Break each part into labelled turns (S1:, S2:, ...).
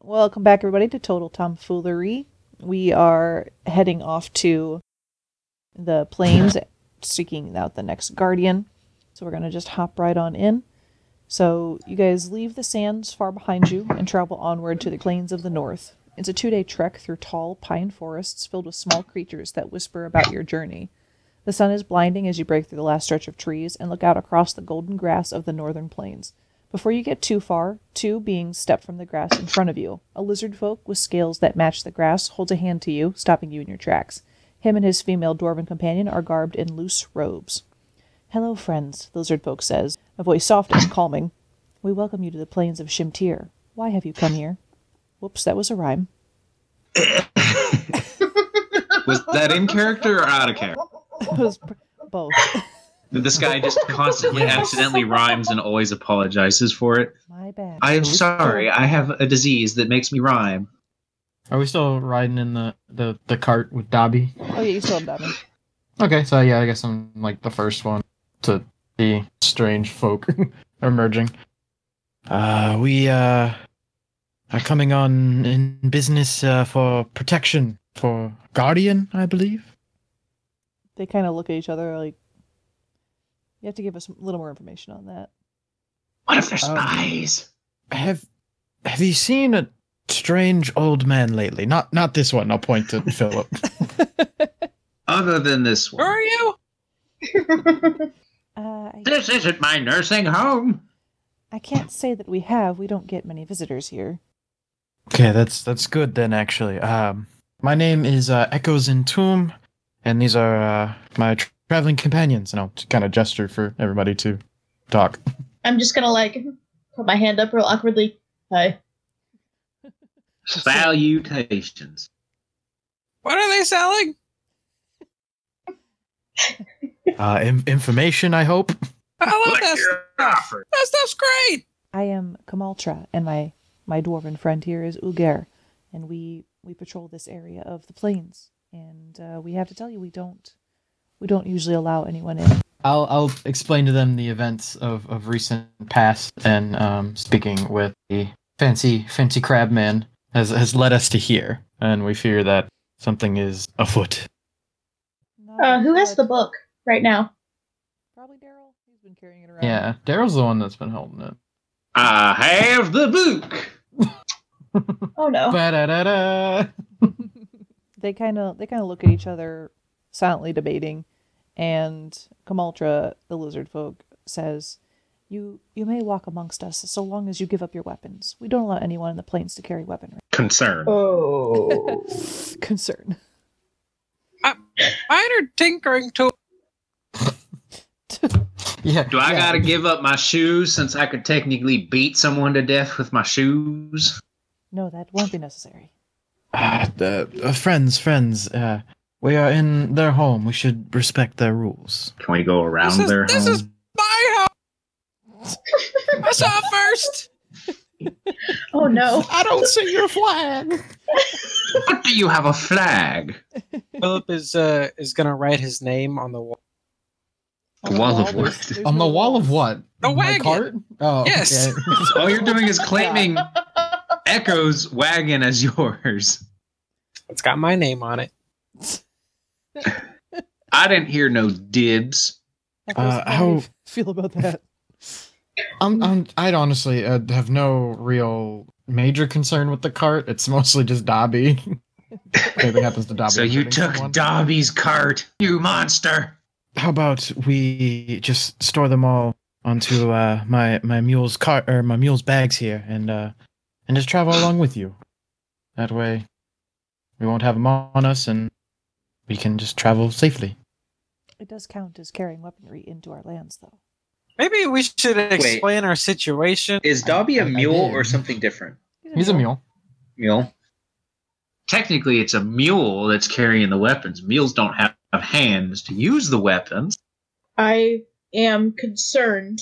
S1: Welcome back, everybody, to Total Tomfoolery. We are heading off to the plains, seeking out the next guardian. So we're going to just hop right on in. So you guys leave the sands far behind you and travel onward to the plains of the north. It's a two day trek through tall pine forests filled with small creatures that whisper about your journey. The sun is blinding as you break through the last stretch of trees and look out across the golden grass of the northern plains. Before you get too far, two beings step from the grass in front of you. A lizard folk with scales that match the grass holds a hand to you, stopping you in your tracks. Him and his female dwarven companion are garbed in loose robes. Hello, friends, the lizard folk says, a voice soft and calming. We welcome you to the plains of Shimtir. Why have you come here? Whoops, that was a rhyme.
S2: Was that in character or out of character?
S1: It was pr- both.
S2: This guy just constantly accidentally rhymes and always apologizes for it.
S1: My bad.
S2: I am sorry. I have a disease that makes me rhyme.
S3: Are we still riding in the, the, the cart with Dobby?
S1: Oh, yeah, you still have that one.
S3: Okay, so yeah, I guess I'm like the first one to see strange folk emerging.
S4: Uh, we uh, are coming on in business uh, for protection for Guardian, I believe.
S1: They kind of look at each other like, you have to give us a little more information on that.
S2: What if there's
S4: Um,
S2: spies?
S4: Have Have you seen a strange old man lately? Not not this one. I'll point to Philip.
S2: Other than this
S5: Where
S2: one.
S5: are you?
S1: Uh, I,
S2: This isn't my nursing home.
S1: I can't say that we have. We don't get many visitors here.
S4: Okay, that's that's good then. Actually, um, my name is uh, Echoes in Tomb, and these are uh, my tr traveling companions. And I'll kind of gesture for everybody to talk.
S6: I'm just gonna like put my hand up real awkwardly. Hi.
S2: Salutations.
S5: What are they selling?
S4: Uh, in- information, I hope.
S5: I love that
S2: What's your
S5: stuff.
S2: offer?
S5: That stuff's great.
S1: I am Kamaltra, and my my dwarven friend here is Uger, and we we patrol this area of the plains. And uh, we have to tell you, we don't we don't usually allow anyone in.
S3: I'll I'll explain to them the events of, of recent past and um, speaking with the fancy fancy crab man has has led us to here, and we fear that something is afoot.
S1: No,
S6: Uh, who has
S1: but
S6: the book right now?
S1: Probably Daryl. He's been carrying it around.
S3: Yeah, Daryl's the one that's been holding it.
S2: I have the book.
S6: Oh no.
S3: Ba-da-da-da.
S1: they kind of they kind of look at each other silently debating and Kamaltra the lizard folk says you you may walk amongst us so long as you give up your weapons we don't allow anyone in the plains to carry weaponry
S2: Concern.
S6: Oh.
S1: concern
S5: Mine are tinkering tools.
S3: Yeah.
S2: Do I
S3: yeah.
S2: gotta give up my shoes since I could technically beat someone to death with my shoes?
S1: no that won't be necessary
S4: Ah, the uh, friends, friends. Uh, we are in their home. We should respect their rules.
S2: Can we go around
S5: This is-
S2: their
S5: this
S2: home?
S5: is- My home. I saw it first.
S6: Oh no.
S4: I don't see your flag.
S2: What do you have a flag?
S5: Philip is uh is gonna write his name on the wall.
S1: On
S2: Wall of
S1: there's-
S2: what?
S1: there's
S3: On the
S1: little
S3: wall of
S1: walls.
S3: what?
S5: The
S3: My
S5: wagon.
S3: cart? Oh,
S5: Yes.
S3: okay.
S2: All you're doing is claiming Echo's wagon as yours.
S5: It's got my name on it.
S2: I didn't hear no dibs.
S1: Echoes,
S4: Uh,
S1: how do you
S4: how-
S1: f- feel about that
S3: I'm, I'm, I'd honestly uh, have no real major concern with the cart. It's mostly just Dobby. Anything happens to Dobby.
S2: so you
S3: hurting
S2: took
S3: someone.
S2: Dobby's cart, you monster.
S4: How about we just store them all onto uh, my my mule's cart or my mule's bags here, and uh, and just travel along with you. That way, we won't have them on us, and we can just travel safely.
S1: it does count as carrying weaponry into our lands though
S5: Maybe we should explain our situation.
S2: Is Dobby
S3: I-
S2: a
S3: I
S2: mule
S3: did.
S2: or something different?
S3: He's a mule.
S2: Mule. Technically, it's a mule that's carrying the weapons. Mules don't have hands to use the weapons.
S6: I am concerned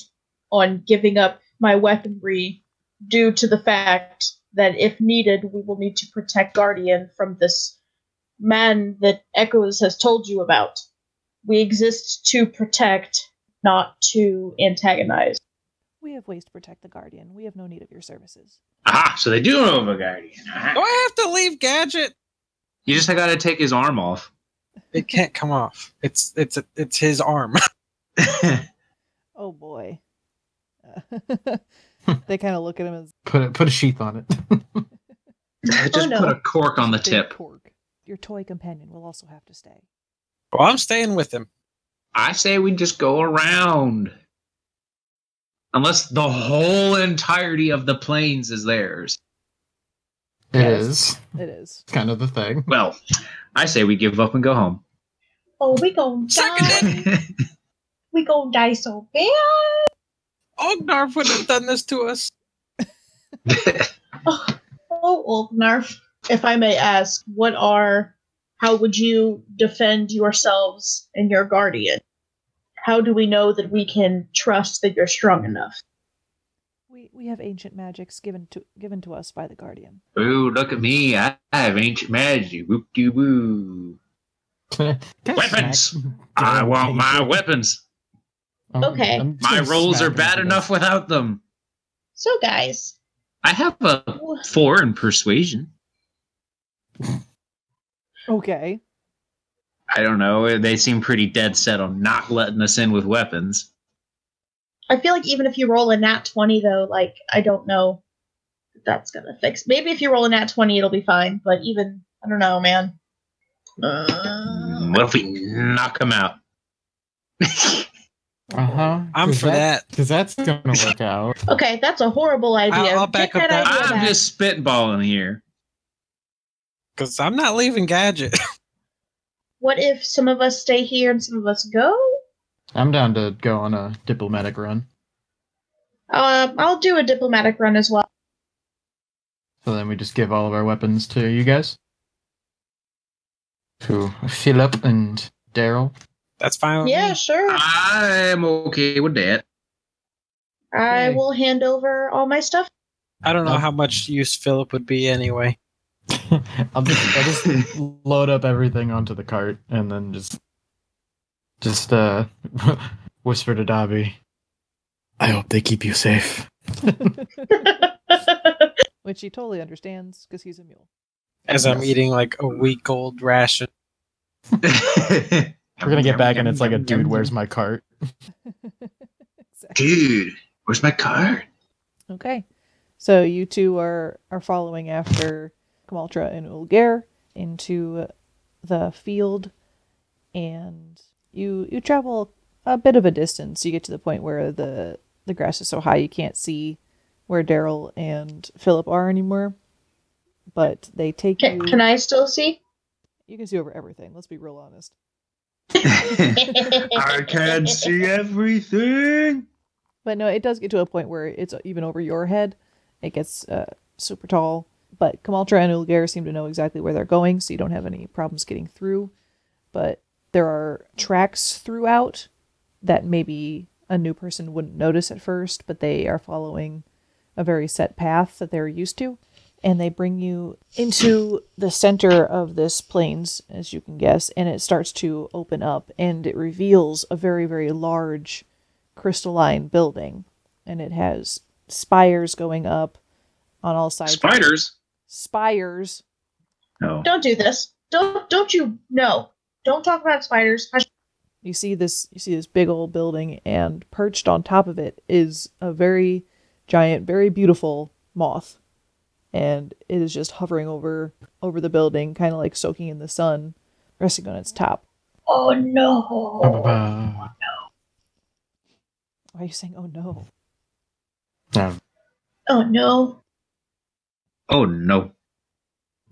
S6: on giving up my weaponry due to the fact that if needed, we will need to protect Guardian from this man that Echoes has told you about. We exist to protect, not to antagonize.
S1: We have ways to protect the Guardian. We have no need of your services.
S2: Ah, so they do know of a guardian.
S5: Do
S2: Ah.
S5: I have to leave Gadget?
S2: You just got to take his arm off.
S5: It can't come off. It's it's it's his arm.
S1: Oh boy. Uh, they kind of look at him as
S3: Put a, put a sheath on it.
S2: just
S6: Oh, no.
S2: put a cork on the
S1: big
S2: tip.
S1: cork. Your toy companion will also have to stay.
S5: Well, I'm staying with him.
S2: I say we just go around. Unless the whole entirety of the plains is theirs.
S3: It
S1: Yes.
S3: is
S1: It is.
S3: kind of the thing.
S2: Well, I say we give up and go home.
S6: Oh, we gon'
S5: Seconded.
S6: die. we gon' die so bad.
S5: Ognarf would have done this to us.
S6: Oh, oh Ulfnarf. If I may ask, what are, how would you defend yourselves and your guardian? How do we know that we can trust that you're strong enough?
S1: We we have ancient magics given to given to us by the Guardian.
S2: Ooh, look at me. I I have ancient magic. Whoop doo woo.
S3: Can I- can I
S2: Weapons!
S3: smack-
S2: I
S3: Damn,
S2: want
S3: dang
S2: my weapons.
S3: it. Um,
S6: Okay.
S3: I'm just
S2: My
S3: gonna
S2: rolls
S3: smack
S2: are
S3: him
S2: bad
S3: with
S2: enough without them.
S6: So, guys,
S2: I have a
S6: wh-
S2: four in persuasion.
S1: Okay.
S2: I don't know. They seem pretty dead set on not letting us in with weapons.
S6: I feel like even if you roll a nat 20, though, like, I don't know if that's gonna fix. Maybe if you roll a nat 20, it'll be fine, but even, I don't know, man. Uh,
S2: Mm, What if we knock them out?
S3: it. Uh-huh.
S5: I'm
S3: 'Cause
S5: for that.
S3: Because that's gonna work out.
S6: okay, that's a horrible idea.
S5: I'll back
S6: Get
S5: up that-
S6: idea
S2: I'm
S6: back.
S2: just spitballing here.
S5: Because I'm not leaving Gadget.
S6: What if some of us stay here and some of us go?
S3: I'm down to go on a diplomatic run.
S6: Um, I'll do a diplomatic run as well.
S3: So then we just give all of our weapons to you guys. To Philip and Daryl.
S5: That's fine. with
S6: yeah,
S5: me.
S6: sure.
S2: I'm okay with that.
S6: I
S3: okay.
S6: will hand over all my stuff.
S5: I don't know
S3: Um,
S5: how much use Philip would be anyway.
S3: I'll just, I'll just load up everything onto the cart and then just just uh whisper to Dobby.
S4: I hope they keep you safe.
S1: Which he totally understands because he's a mule.
S5: As I'm eating like a week old ration.
S3: We're gonna get back and it's like a dude, where's my cart?
S1: exactly.
S2: dude? Where's my card?
S1: Okay. So you two are are following after Kamaltra and Ulger into the field and you you travel a bit of a distance. You get to the point where the the grass is so high you can't see where Daryl and Philip are anymore. But they take
S6: Can,
S3: Mm.
S1: you
S6: can I still see?
S1: you can see over everything, let's be real honest.
S2: I can see everything.
S1: But no, it does get to a point where it's even over your head. It gets uh, super tall. But Kamaltra and Ulgar seem to know exactly where they're going, so you don't have any problems getting through. But there are tracks throughout that maybe a new person wouldn't notice at first, but they are following a very set path that they're used to. And they bring you into the center of this plains, as you can guess, and it starts to open up and it reveals a very, very large crystalline building. And it has spires going up on all sides.
S2: Spiders.
S1: Spires.
S2: No.
S6: don't do this. Don't don't you no. Don't talk about spiders. Hush.
S1: you see this you see this big old building and perched on top of it is a very giant very beautiful moth and it is just hovering over over the building kind of like soaking in the sun resting on its top
S6: Oh
S3: Ba,
S6: no.
S3: ba, ba.
S1: why are you saying oh no
S3: No.
S6: Oh no.
S2: Oh no.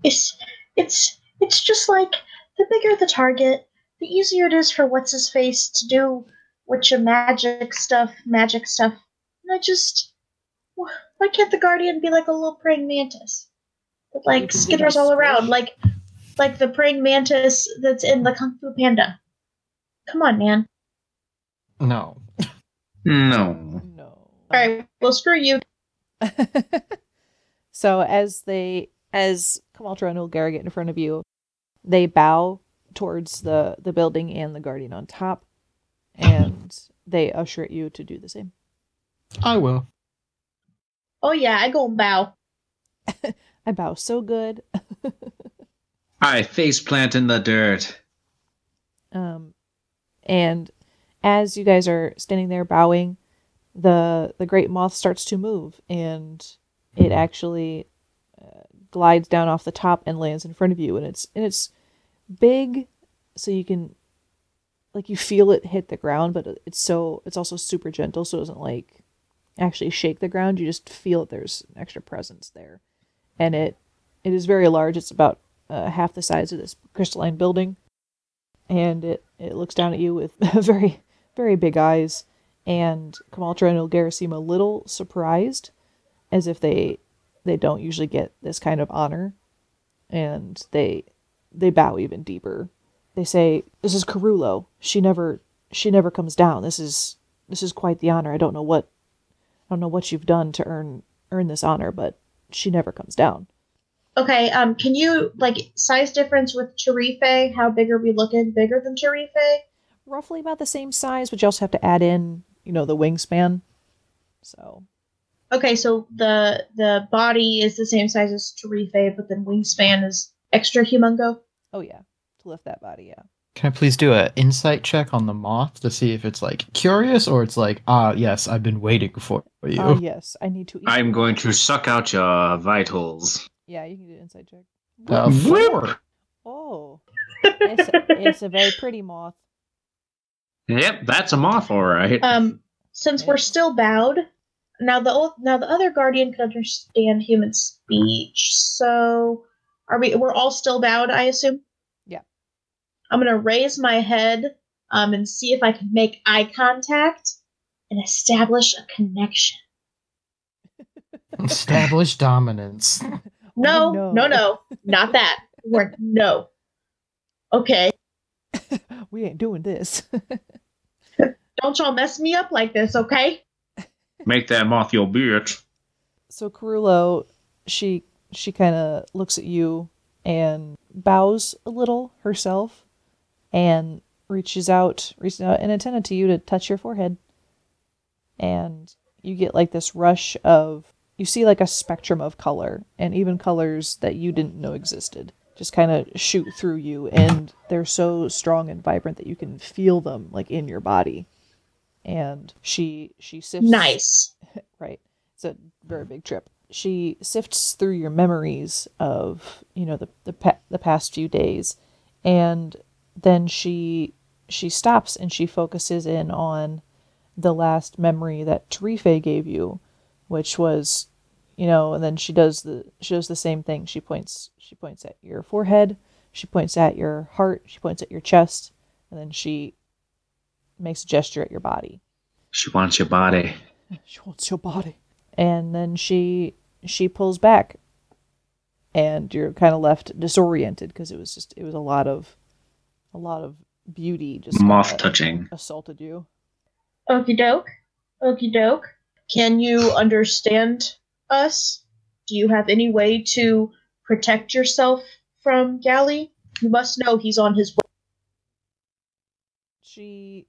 S6: It's it's it's just like the bigger the target, the easier it is for what's his face to do with your magic stuff, magic stuff. And I just wh- why can't the guardian be like a little praying mantis that
S1: You can
S6: like
S1: do
S6: skitters
S1: that
S6: all around,
S1: squish.
S6: like like the praying mantis that's in the Kung Fu Panda? Come on, man.
S3: No.
S2: No.
S1: no
S6: All right, well screw you.
S1: so as they as Kamaltra and Ulgar get in front of you, they bow towards the the building and the guardian on top, and they usher you to do the same.
S3: I will.
S6: Oh yeah, I go and bow.
S1: I bow so good.
S2: I face plant in the dirt.
S1: Um, and as you guys are standing there bowing, the the great moth starts to move, and it actually uh, glides down off the top and lands in front of you. And it's and it's big, so you can like you feel it hit the ground, but it's so it's also super gentle, so it doesn't like actually shake the ground. You just feel that there's an extra presence there, and it it is very large. It's about uh, half the size of this crystalline building, and it it looks down at you with very very big eyes. And Kamaltra and Ulgara seem a little surprised, as if they they don't usually get this kind of honor, and they they bow even deeper. They say, "This is Carulo. She never she never comes down. This is this is quite the honor. I don't know what I don't know what you've done to earn earn this honor, but she never comes down."
S6: Okay, um, can you like size difference with Tarife? How big are we looking? Bigger than Tarife?
S1: roughly about the same size, but you also have to add in, you know, the wingspan. So
S6: Okay, so the the body is the same size as Tarife, but then wingspan is extra humongo.
S1: Oh yeah, to lift that body, yeah.
S3: Can I please do an insight check on the moth to see if it's like curious or it's like, ah, yes, I've been waiting for you.
S1: Ah, yes, I need to. Eat.
S2: I'm going to suck out your vitals.
S1: Yeah, you can do an inside check.
S3: Uh, four.
S1: Oh, it's, it's a very pretty moth.
S2: Yep, that's a moth, all right.
S3: Uh,
S6: Um, since we're still bowed, now the old, now the other guardian could understand human speech. So, are we? We're all still bowed, I assume.
S1: Yeah.
S6: I'm gonna raise my head, um, and see if I can make eye contact and establish a connection.
S3: Establish dominance.
S6: No,
S1: Oh,
S6: no, no, not that. We're no. Okay,
S1: we ain't doing this.
S6: don't y'all mess me up like this, okay?
S2: Make that moth your bitch.
S1: so Carullo, she she kind of looks at you and bows a little herself, and reaches out, reaches out an antenna to you to touch your forehead, and you get like this rush of you see like a spectrum of color and even colors that you didn't know existed just kind of shoot through you and they're so strong and vibrant that you can feel them like in your body and she she sifts
S6: Nice.
S1: right it's a very big trip she sifts through your memories of you know the the, pa- the past few days and then she she stops and she focuses in on the last memory that Tarife gave you which was you know and then she does the she does the same thing she points she points at your forehead she points at your heart she points at your chest and then she makes a gesture at your body
S2: She wants your body.
S1: she wants your body. And then she she pulls back, and you're kind of left disoriented because it was just it was a lot of a lot of beauty just kinda
S2: Moth touching.
S1: assaulted you.
S6: Okie doke. Okie doke. Can you understand us? Do you have any way to protect yourself from Galley? You must know he's on his way.
S1: She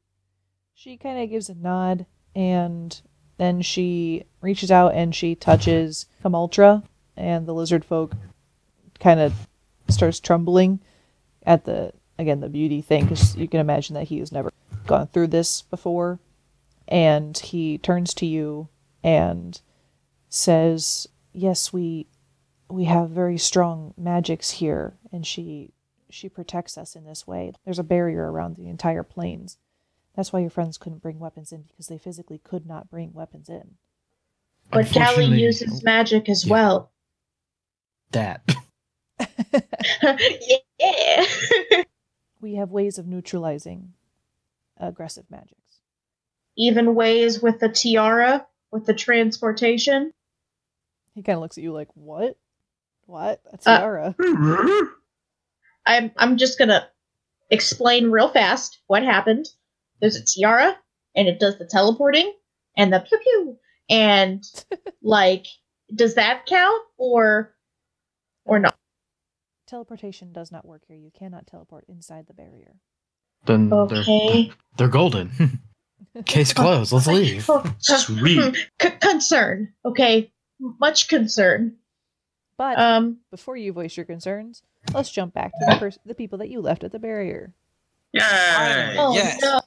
S1: she kind of gives a nod, and then she reaches out and she touches Kamaltra, and the lizard folk kind of starts trembling at the again the beauty thing because you can imagine that he has never gone through this before and he turns to you and says yes we we have very strong magics here and she she protects us in this way there's a barrier around the entire plains that's why your friends couldn't bring weapons in because they physically could not bring weapons in
S6: But Galley
S3: Unfortunately,
S6: uses magic as
S3: Yeah.
S6: well.
S3: That.
S6: yeah.
S1: we have ways of neutralizing aggressive magics
S6: Even ways with the tiara, with the transportation.
S1: he kind of looks at you like what what a
S6: Uh,
S1: tiara
S6: I'm I'm just gonna explain real fast what happened. There's a tiara, and it does the teleporting and the pew pew. And like, does that count or or not?
S1: Teleportation does not work here. You cannot teleport inside the barrier.
S3: Then they're,
S6: Okay.
S3: they're golden.
S4: Case closed. Let's leave.
S2: Sweet.
S6: C- concern, okay? Much concern.
S1: But
S6: Um,
S1: before you voice your concerns, let's jump back to the, pers- the people that you left at the barrier.
S2: Yay!
S6: oh
S5: yes.
S6: no.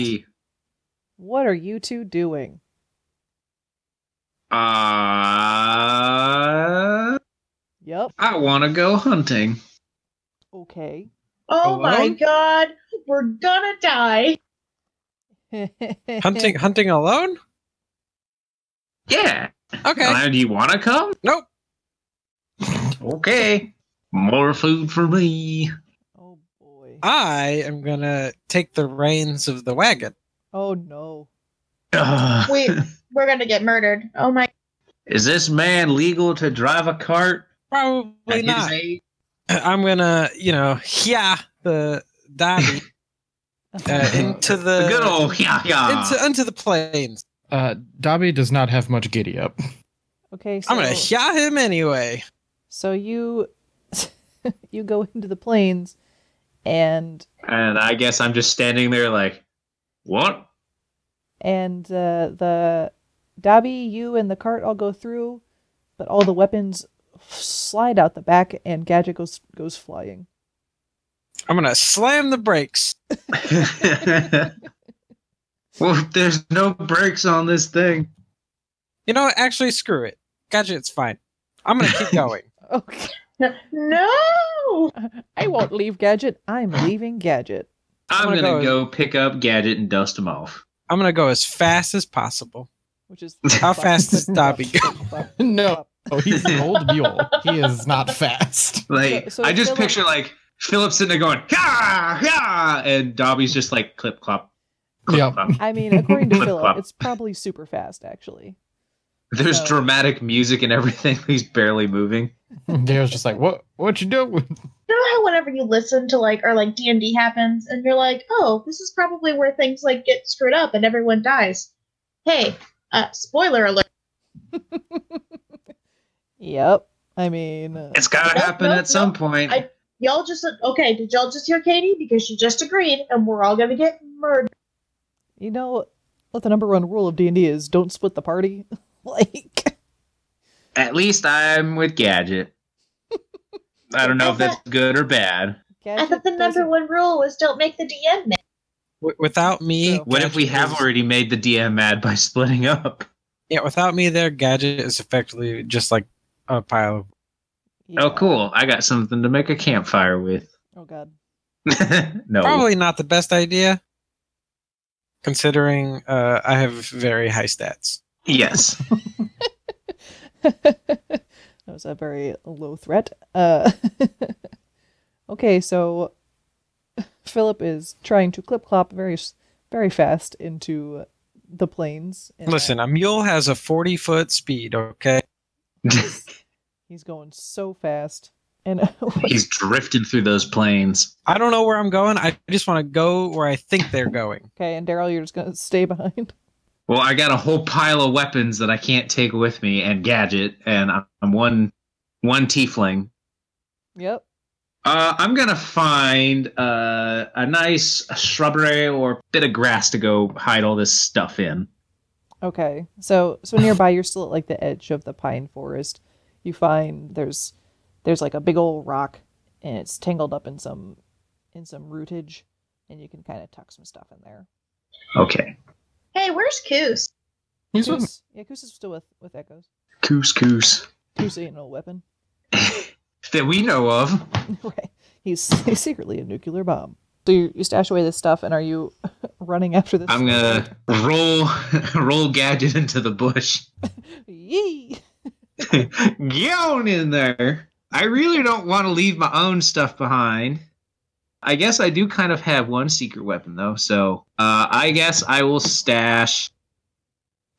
S2: We,
S1: What are you two doing?
S2: uh,
S1: Yep.
S2: I want to go hunting.
S1: Okay.
S6: Oh my
S5: Alone?
S6: god, we're gonna die.
S5: Hunting hunting alone?
S2: Yeah.
S5: Okay.
S2: Uh, do you want to come?
S5: Nope.
S2: Okay. More food for me.
S1: Oh boy.
S5: I am gonna take the reins of the wagon.
S1: Oh no.
S2: Ugh.
S6: We we're gonna get murdered. Oh my
S2: Is this man legal to drive a cart?
S5: Probably
S2: at his
S5: not.
S2: age?
S5: I'm gonna, you know, yeah, the daddy uh, into the,
S2: The good old yeah yeah.
S5: into into the plains.
S4: Uh, Dobby does not have much giddy up.
S1: okay. So,
S5: I'm gonna yeah him anyway.
S1: so you you go into the plains, and
S2: and I guess I'm just standing there like, what?
S1: and uh, the Dobby, you and the cart all go through, but all the weapons slide out the back, and Gadget goes goes flying.
S5: I'm gonna slam the brakes.
S2: well, there's no brakes on this thing.
S5: You know, what? actually, screw it. Gadget's fine. I'm gonna keep going.
S1: Okay.
S6: no.
S1: I won't leave Gadget. I'm leaving Gadget.
S2: I'm,
S5: I'm gonna
S2: gonna,
S5: go-
S2: go pick up Gadget and dust him off.
S5: I'm gonna go as fast as possible.
S1: Which is
S5: How fast does Dobby go?
S4: No. Oh, he's an old mule. He is not fast.
S2: Like
S1: So- so
S2: I just
S1: Philip-
S2: picture like Philip's sitting there going yeah yeah, and Dobby's just like clip clop. Clip,
S4: Yep.
S2: clop.
S1: I mean, according to
S2: Clip
S1: Philip,
S2: clop.
S1: it's probably super fast, actually.
S2: There's
S1: So-
S2: dramatic music and everything. He's barely moving.
S4: Daryl's just like, what? What you doing?
S6: You know how whenever you listen to like or like D and D happens and you're like, oh, this is probably where things like get screwed up and everyone dies. Hey, uh, spoiler alert.
S1: Yep. I mean, uh,
S2: It's gotta
S6: No,
S2: happen
S6: no,
S2: at some
S6: no.
S2: point.
S6: I- Y'all just okay? Did y'all just hear Katie? Because she just agreed, and we're all gonna get murdered.
S1: you know what the number one rule of D and D is: don't split the party. like,
S2: At least I'm with Gadget. I don't know if that's good or bad.
S6: I
S1: Gadget
S6: thought the number
S1: doesn't-
S6: one rule was don't make the DM mad.
S5: W- without me,
S1: True.
S2: What if we
S5: Gadget
S2: have
S5: is-
S2: already made the DM mad by splitting up?
S5: Yeah, without me there, Gadget is effectively just like a pile of.
S1: Yeah.
S2: Oh, cool. I got something to make a campfire with.
S1: Oh god.
S2: no.
S5: Probably not the best idea, considering uh, I have very high stats.
S2: Yes.
S1: that was a very low threat. Uh, okay, so Philip is trying to clip clop very, s- very fast into the planes. and, uh,
S5: Listen, a mule has a 40 foot speed, okay?
S1: he's going so fast, and
S2: He's drifting through those planes.
S5: I don't know where I'm going. I just want to go where I think they're going.
S1: okay, and Daryl, you're just gonna stay behind.
S2: Well, I got a whole pile of weapons that I can't take with me and gadget, and I- I'm one one tiefling.
S1: Yep.
S2: Uh, I'm gonna find uh, a nice shrubbery or bit of grass to go hide all this stuff in.
S1: Okay. So so nearby, you're still at like the edge of the pine forest. You find there's there's like a big old rock, and it's tangled up in some in some rootage, and you can kind of tuck some stuff in there.
S2: Okay.
S6: Hey, where's Coos?
S4: He's with
S1: Koos- yeah, Koos is still with with Echoes.
S2: Couscous
S1: Koos ain't no weapon,
S2: that we know of.
S1: right? He's, he's secretly a nuclear bomm. So you, you stash away this stuff, and are you running after this?
S2: I'm gonna roll roll gadget into the bush.
S1: Yee!
S2: Get on in there. I really don't want to leave my own stuff behind. I guess I do kind of have one secret weapon though, so uh, I guess I will stash.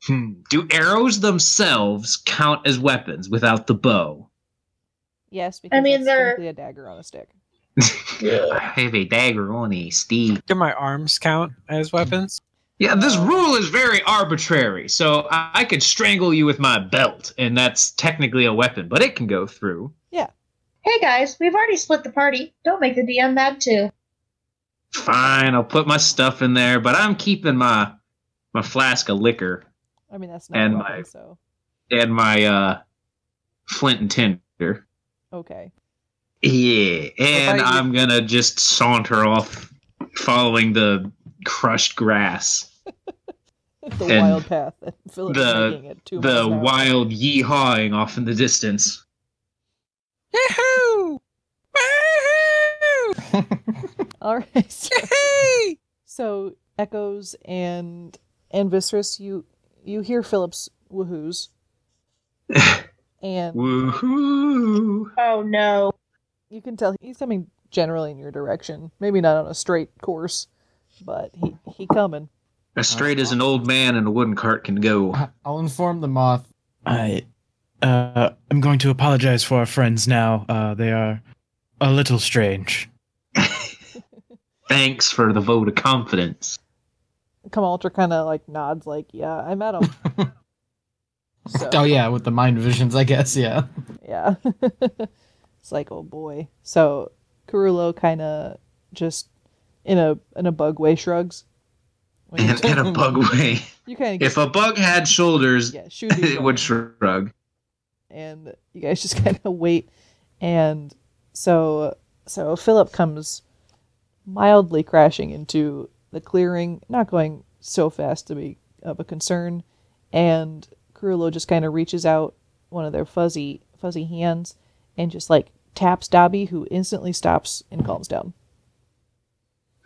S2: Hmm. Do arrows themselves count as weapons without the bow?
S1: Yes, because that's
S6: mean, they're-
S1: technically a dagger on a stick.
S2: I have a dagger on a steed.
S5: Do my arms count as weapons?
S2: Yeah, this rule is very arbitrary. So I, I could strangle you with my belt, and that's technically a weapon, but it can go through.
S6: Hey guys, we've already split the party. Don't make the DM mad too.
S2: fine, I'll put my stuff in there, but I'm keeping my my flask of liquor
S1: I mean, that's not
S2: And
S1: a weapon,
S2: my-
S1: so
S2: and my uh flint and tinder.
S1: okay.
S2: Yeah, and
S5: you-
S2: I'm gonna just saunter off following the crushed grass.
S1: The
S2: And
S1: wild path that Philip's
S2: the-
S1: making at two
S2: the
S1: miles an hour.
S2: wild yeehawing off in the distance.
S5: Yahoo! Woohoo!
S1: All right. So,
S5: Yay!
S1: so echoes and and Viscerous, you you hear Philip's woohoo's and
S2: Woohoo!
S6: Oh no.
S1: you can tell he's coming generally in your direction. Maybe not on a straight course, but he he coming.
S2: As straight as an old man in a wooden cart can go.
S3: I'll inform the moth.
S4: I uh, I'm going to apologize for our friends now. Uh, they are a little strange.
S2: Thanks for the vote of confidence.
S1: Kamaltra kind of like nods, like yeah, I met him. so
S3: Oh yeah, with the mind visions, I guess. Yeah.
S1: yeah, it's like oh boy. So Carullo kind of just in a in a bug way shrugs. When you,
S2: In, in a bug way.
S1: you kind of
S2: If a bug had shoulders,
S1: yeah, shoot
S2: it would shrug.
S1: and you guys just kind of wait and so so philip comes mildly crashing into the clearing not going so fast to be of a concern and Carullo just kind of reaches out one of their fuzzy fuzzy hands and just like taps dobby who instantly stops and calms down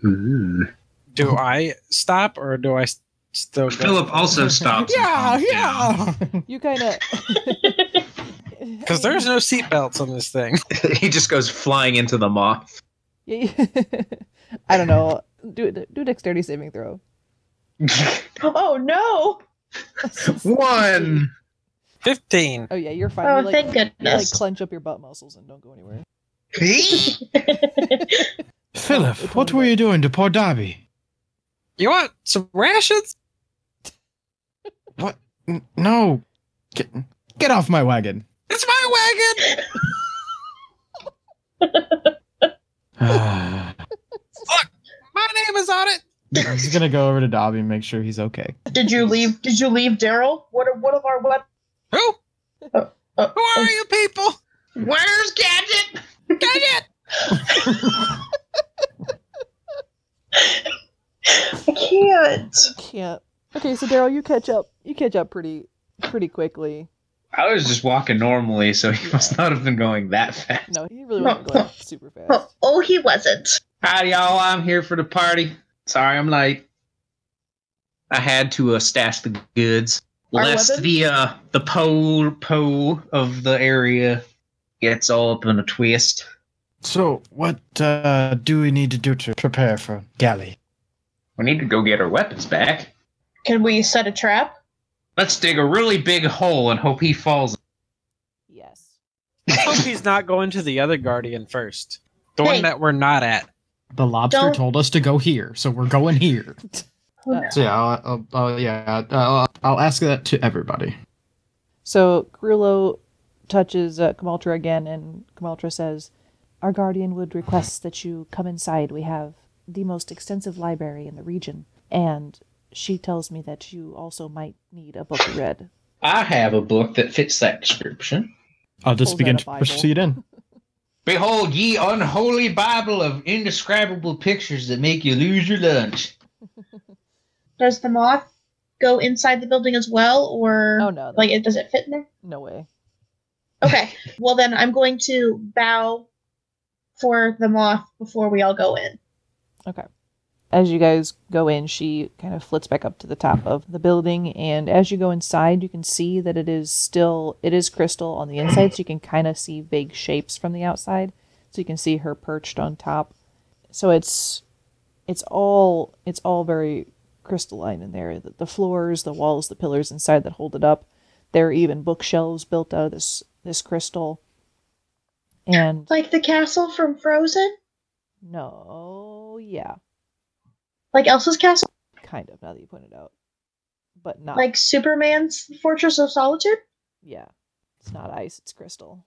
S2: Ooh.
S5: Do I stop or do I s- still go?
S2: Philip also stops. and calms down.
S1: you kind of
S5: Because there's no seatbelts on this thing.
S2: he just goes flying into the moth.
S1: i don't know do do dexterity saving throw
S6: Oh no.
S4: Mm.
S2: One.
S5: 15.
S1: oh yeah you're fine
S6: Oh
S1: You're, like,
S6: thank
S1: You like
S6: goodness.
S1: clench up your butt muscles and don't go anywhere.
S4: Philip,
S1: it's
S4: what
S1: all
S4: were
S1: right.
S4: you doing to poor Dobby?
S5: You want some rations?
S4: N- no, get get off my wagon.
S5: It's my wagon!
S4: He's
S5: My name is on it!
S4: gonna go over to Dobby and make sure he's okay.
S6: did you leave did you leave Daryl? What are what of our what
S5: Who?
S4: Oh,
S6: uh,
S5: Who are you people?
S2: Where's Gadget?
S5: Gadget!
S6: I can't.
S1: Can't. Okay, so Daryl, you catch up. You catch up pretty, pretty quickly.
S2: I was just walking normally, so he must not have been going that fast.
S1: No, he really wasn't going super
S6: Oh,
S1: fast.
S6: oh he wasn't.
S2: Hi, y'all. I'm here for the party. Sorry, I'm late. I had to uh, stash the goods
S6: Our
S2: lest
S6: weapons?
S2: the uh, the pole pole of the area gets all up in a twist.
S4: So, what uh, do we need to do to prepare for galley?
S2: We need to go get our weapons back.
S6: Can we set a trap?
S2: Let's dig a really big hole and hope he falls.
S1: Yes.
S5: Let's hope he's not going to the other guardian first. The
S6: Hey.
S5: one that we're not at.
S3: The lobster
S6: Don't-
S3: told us to go here, so we're going here.
S6: Oh,
S4: Uh,
S6: no.
S3: So yeah, I'll, I'll, I'll yeah, I'll, I'll ask that to everybody.
S1: So Grillo touches uh, Kamaltra again, and Kamaltra says, "Our guardian would request that you come inside. We have the most extensive library in the region, and she tells me that you also might need a book read."
S2: I have a book that fits that description.
S4: I'll just
S1: Pulls
S4: begin
S1: out a
S4: to
S1: Bible.
S4: proceed in.
S2: Behold, ye unholy Bible of indescribable pictures that make you lose your lunch.
S6: Does the moth go inside the building as well or
S1: Oh no,
S6: like it does it fit in there?
S1: no way.
S6: Okay. well then I'm going to bow for the moth before we all go in.
S1: As you guys go in, she kind of flits back up to the top of the building, and as you go inside, you can see that it is still it is crystal on the inside, so you can kind of see vague shapes from the outside. So you can see her perched on top. So it's it's all it's all very crystalline in there. The, the floors, the walls, the pillars inside that hold it up. There are even bookshelves built out of this this crystal. And
S6: Like the castle from Frozen?
S1: no, yeah,
S6: Like Elsa's castle?
S1: kind of. Now that you point it out, but not
S6: Like Superman's Fortress of Solitude?
S1: Yeah. It's not ice, it's crystal.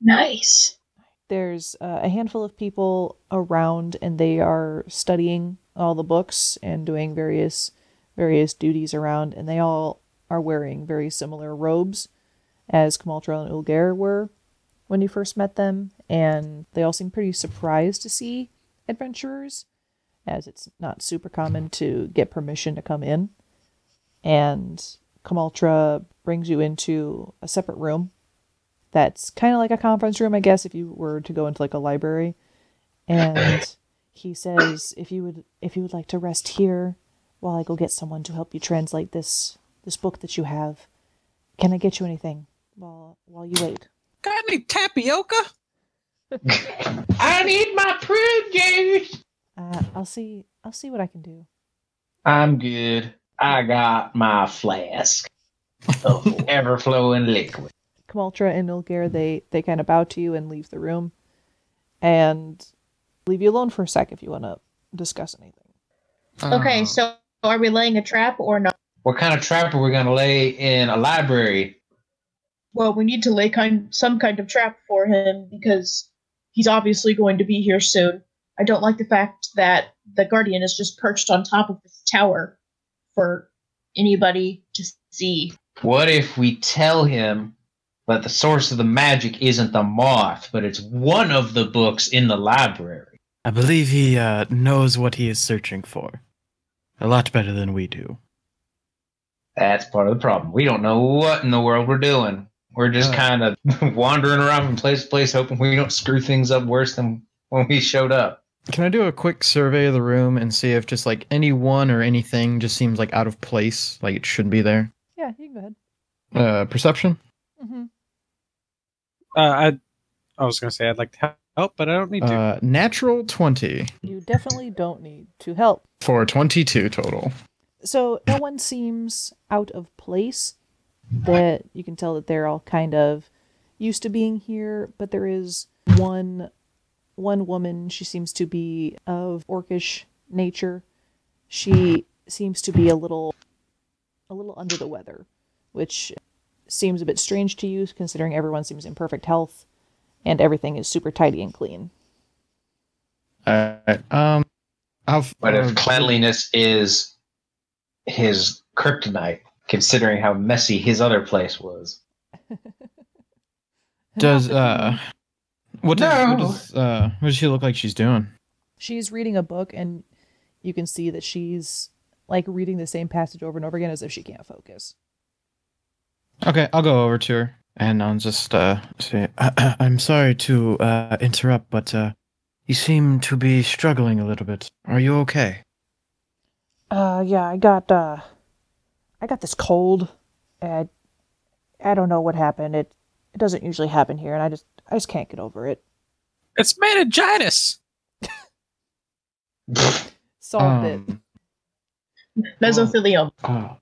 S6: Nice.
S1: There's uh, a handful of people around, and they are studying all the books and doing various various duties around, and they all are wearing very similar robes as Kamaltra and Ulger were when you first met them, and they all seem pretty surprised to see adventurers, as it's not super common to get permission to come in. And Kamaltra brings you into a separate room that's kind of like a conference room, I guess, if you were to go into like a library. And he says, if you would, if you would like to rest here, while I go get someone to help you translate this this book that you have, can I get you anything while while you wait?
S5: Got any tapioca?
S2: I need my prune juice.
S1: Uh, I'll see. I'll see what I can do.
S2: I'm good. I got my flask of ever-flowing liquid.
S1: Kamaltra and Ilgare, they they kind of bow to you and leave the room, and leave you alone for a sec if you want to discuss anything. Oh.
S6: Okay, so are we laying a trap or not?
S2: What kind of trap are we gonna lay in a library?
S6: Well, we need to lay kind some kind of trap for him because he's obviously going to be here soon. I don't like the fact that the guardian is just perched on top of this tower for anybody to see.
S2: What if we tell him that the source of the magic isn't the moth, but it's one of the books in the library?
S4: I believe he uh, knows what he is searching for. A lot better than we do.
S2: That's part of the problem. We don't know what in the world we're doing. We're just kind of wandering around from place to place, hoping we don't screw things up worse than when we showed up.
S4: Can I do a quick survey of the room and see if just like anyone or anything just seems like out of place, like it shouldn't be there?
S1: Yeah, you can go ahead.
S4: Uh, perception?
S1: Mm-hmm.
S5: Uh, I, I was gonna say I'd like to help, but I don't need to.
S4: Uh, natural 20
S1: You definitely don't need to help.
S4: for 22 total.
S1: so no one seems out of place that you can tell that they're all kind of used to being here but there is one one woman she seems to be of orcish nature she seems to be a little a little under the weather which seems a bit strange to you considering everyone seems in perfect health and everything is super tidy and clean
S4: Alright. Um, I'll,
S2: But
S4: uh,
S2: if cleanliness is his kryptonite, considering how messy his other place was,
S4: does uh, what does, what
S2: No.
S4: does uh, what does she look like? She's doing.
S1: she's reading a book and you can see that she's like reading the same passage over and over again as if she can't focus.
S4: Okay, I'll go over to her and I'll just uh say I'm sorry to uh interrupt, but uh you seem to be struggling a little bit. Are you okay?
S1: Uh yeah, I got uh I got this cold. And I don't know what happened. It it doesn't usually happen here and I just I just can't get over it.
S5: It's meningitis.
S1: Solved it.
S4: Um,
S6: Mesothelioma.
S4: oh,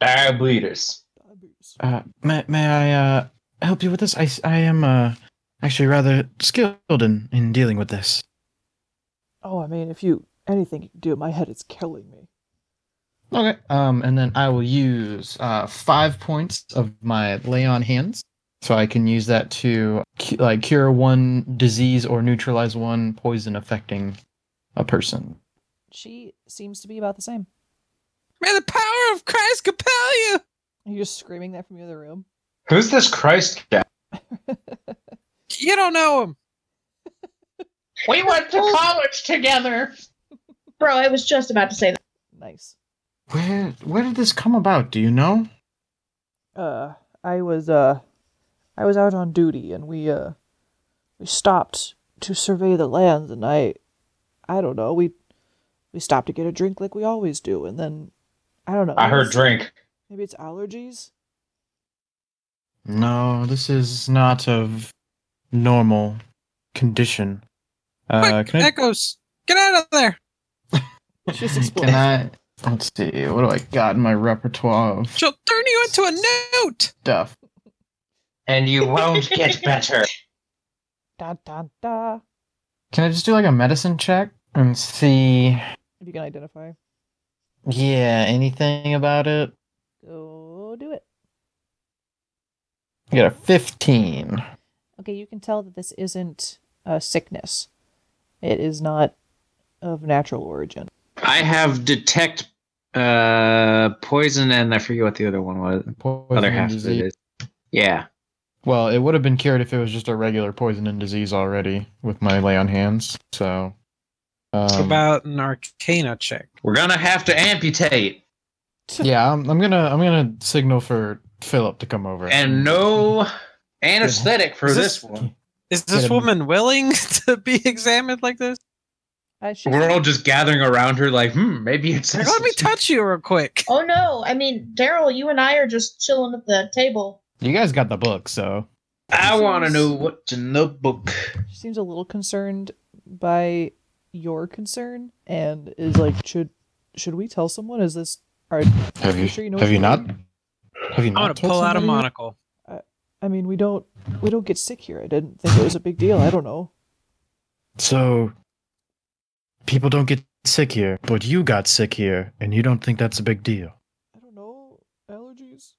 S2: diabetes.
S4: uh, may may I uh help you with this? I s- I am uh actually rather skilled in in dealing with this.
S1: Oh, I mean, if you anything you can do, my head is killing me.
S4: Okay. Um, and then I will use uh, five points of my lay on hands, so I can use that to cu- like cure one disease or neutralize one poison affecting a person.
S1: She seems to be about the same.
S5: May the power of Christ compel you.
S1: Are you just screaming that from the other room?
S2: Who's this Christ guy?
S5: You don't know him.
S2: We went to college together.
S6: Bro, I was just about to say that.
S1: Nice.
S4: Where where did this come about? Do you know?
S1: uh i was uh i was out on duty and we uh we stopped to survey the lands and i i don't know we we stopped to get a drink like we always do and then i don't know
S2: I
S1: maybe
S2: heard
S1: it's-
S2: drink.
S1: maybe it's allergies
S4: No, this is not of normal condition. Uh,
S5: Quick,
S4: can I?
S5: echoes. Get out of there.
S1: Just explode.
S4: Can I? Let's see. What do I got in my repertoire of
S5: She'll turn you into a newt.
S4: stuff?
S2: And you won't get better.
S1: da da da
S4: Can I just do like a medicine check and see?
S1: if you can identify
S4: Yeah, anything about it?
S1: go do it
S4: I got a 15.
S1: okay you can tell that this isn't uh, sickness. It is not of natural origin.
S2: I have detect uh, poison, and I forget what the other one was.
S3: Poison
S2: Other
S3: and
S2: half of
S3: disease.
S2: it is. Yeah.
S3: Well, it would have been cured if it was just a regular poison and disease already with my lay on hands. So,
S5: What
S3: um,
S5: about an Arcana check?
S2: We're gonna have to amputate,
S3: yeah, I'm, I'm gonna I'm gonna signal for Philip to come over.
S2: and no anesthetic for
S5: Is
S2: this,
S5: this-
S2: one.
S5: Is this
S3: Hit him.
S5: woman willing to be examined like this?
S1: I should
S2: We're all just gathering around her, like, hmm, maybe it's.
S5: Like, let me touch you real quick.
S6: Oh no, I mean, Daryl, you and I are just chilling at the table.
S3: you guys got the book, so
S2: I want to know what's in the book.
S1: She seems a little concerned by your concern and is like, should should we tell someone? Is this are
S3: have
S1: you sure you know
S3: have
S1: what
S3: you
S1: you're
S3: not
S1: doing?
S3: have you
S5: I'm
S3: not?
S5: gonna
S3: told
S5: pull out a
S3: somebody yet?
S5: monocle.
S1: I mean, we don't we don't get sick here. I didn't think it was a big deal. I don't know.
S4: So, people don't get sick here, but you got sick here, and you don't think that's a big deal.
S1: I don't know. Allergies.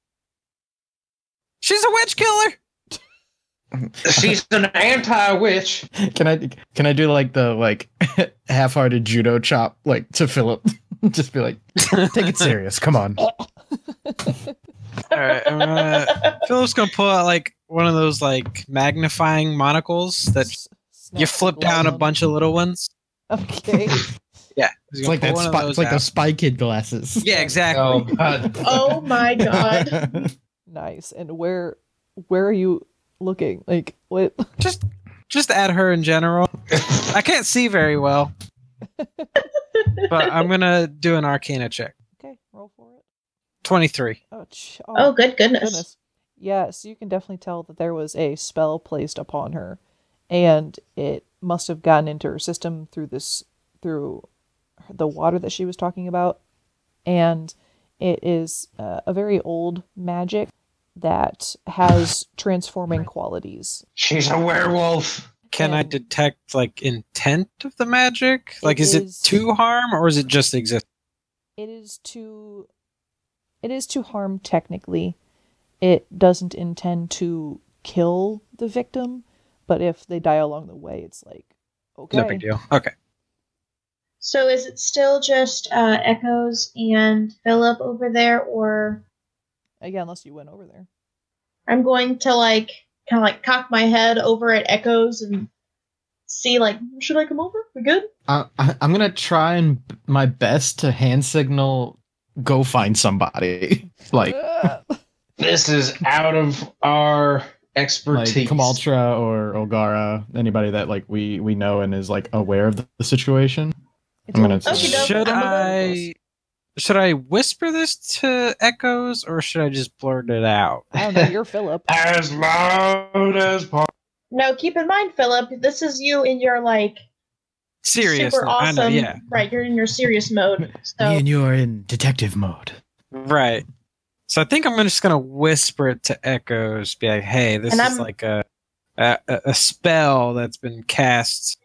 S5: She's a witch killer.
S2: She's an anti-witch.
S3: Can I can I do like the like half-hearted judo chop like to Philip? Just be like,
S4: Take it serious. Come on.
S5: All right, I'm gonna, Philip's gonna pull out like one of those like magnifying monocles that
S1: S- snap
S5: you
S1: the
S5: flip
S1: glove
S5: down a
S1: on.
S5: bunch of little ones.
S1: Okay.
S5: Yeah,
S3: it's like that spy, it's like those spy kid glasses.
S5: Yeah, exactly.
S2: Oh, God.
S6: Oh my god.
S1: nice. And where where are you looking? Like what?
S5: Just, just at her in general. I can't see very well, but I'm gonna do an Arcana check.
S1: Okay, roll for it.
S5: Twenty-three.
S1: Oh, ch-
S6: Oh, good goodness.
S1: goodness. Yeah, so you can definitely tell that there was a spell placed upon her, and it must have gotten into her system through this through the water that she was talking about, and it is uh, a very old magic that has transforming qualities.
S2: She's a werewolf.
S5: Can I
S1: And-
S5: detect like intent of the magic? Like,
S1: It
S5: is it
S1: is-
S5: to harm or is it just exist?
S1: It is to it is to harm technically. It doesn't intend to kill the victim, but if they die along the way, it's like okay.
S5: No big deal. Okay.
S6: So is it still just uh, Echoes and Philip over there, or
S1: Again, Uh, unless you went over there.
S6: I'm going to like kind of like cock my head over at Echoes and see like should I come over? We good?
S3: I, Uh, I, I'm gonna try and my best to hand signal, go find somebody. like
S2: This is out of our
S3: like
S2: expertise.
S3: Kamaltra or Olgara, anybody that like we we know and is like aware of the, the situation.
S1: It's
S3: I'm gonna.
S1: all-
S6: Okey doke.
S5: Should
S6: I'm aware
S5: I should I whisper this to Echoes or should I just blurt it out?
S1: I don't know. You're Philip.
S2: As loud as possible.
S6: Now keep in mind, Philip, this is you in your like
S5: Serious.
S6: super
S5: no, I
S6: awesome,
S5: know, yeah.
S6: right? You're in your serious mode.
S4: Me
S6: So
S4: and you are in detective mode.
S5: Right. So I think I'm just gonna whisper it to Echoes, be like, "Hey, this
S6: And I'm-
S5: is like a, a a a spell that's been cast,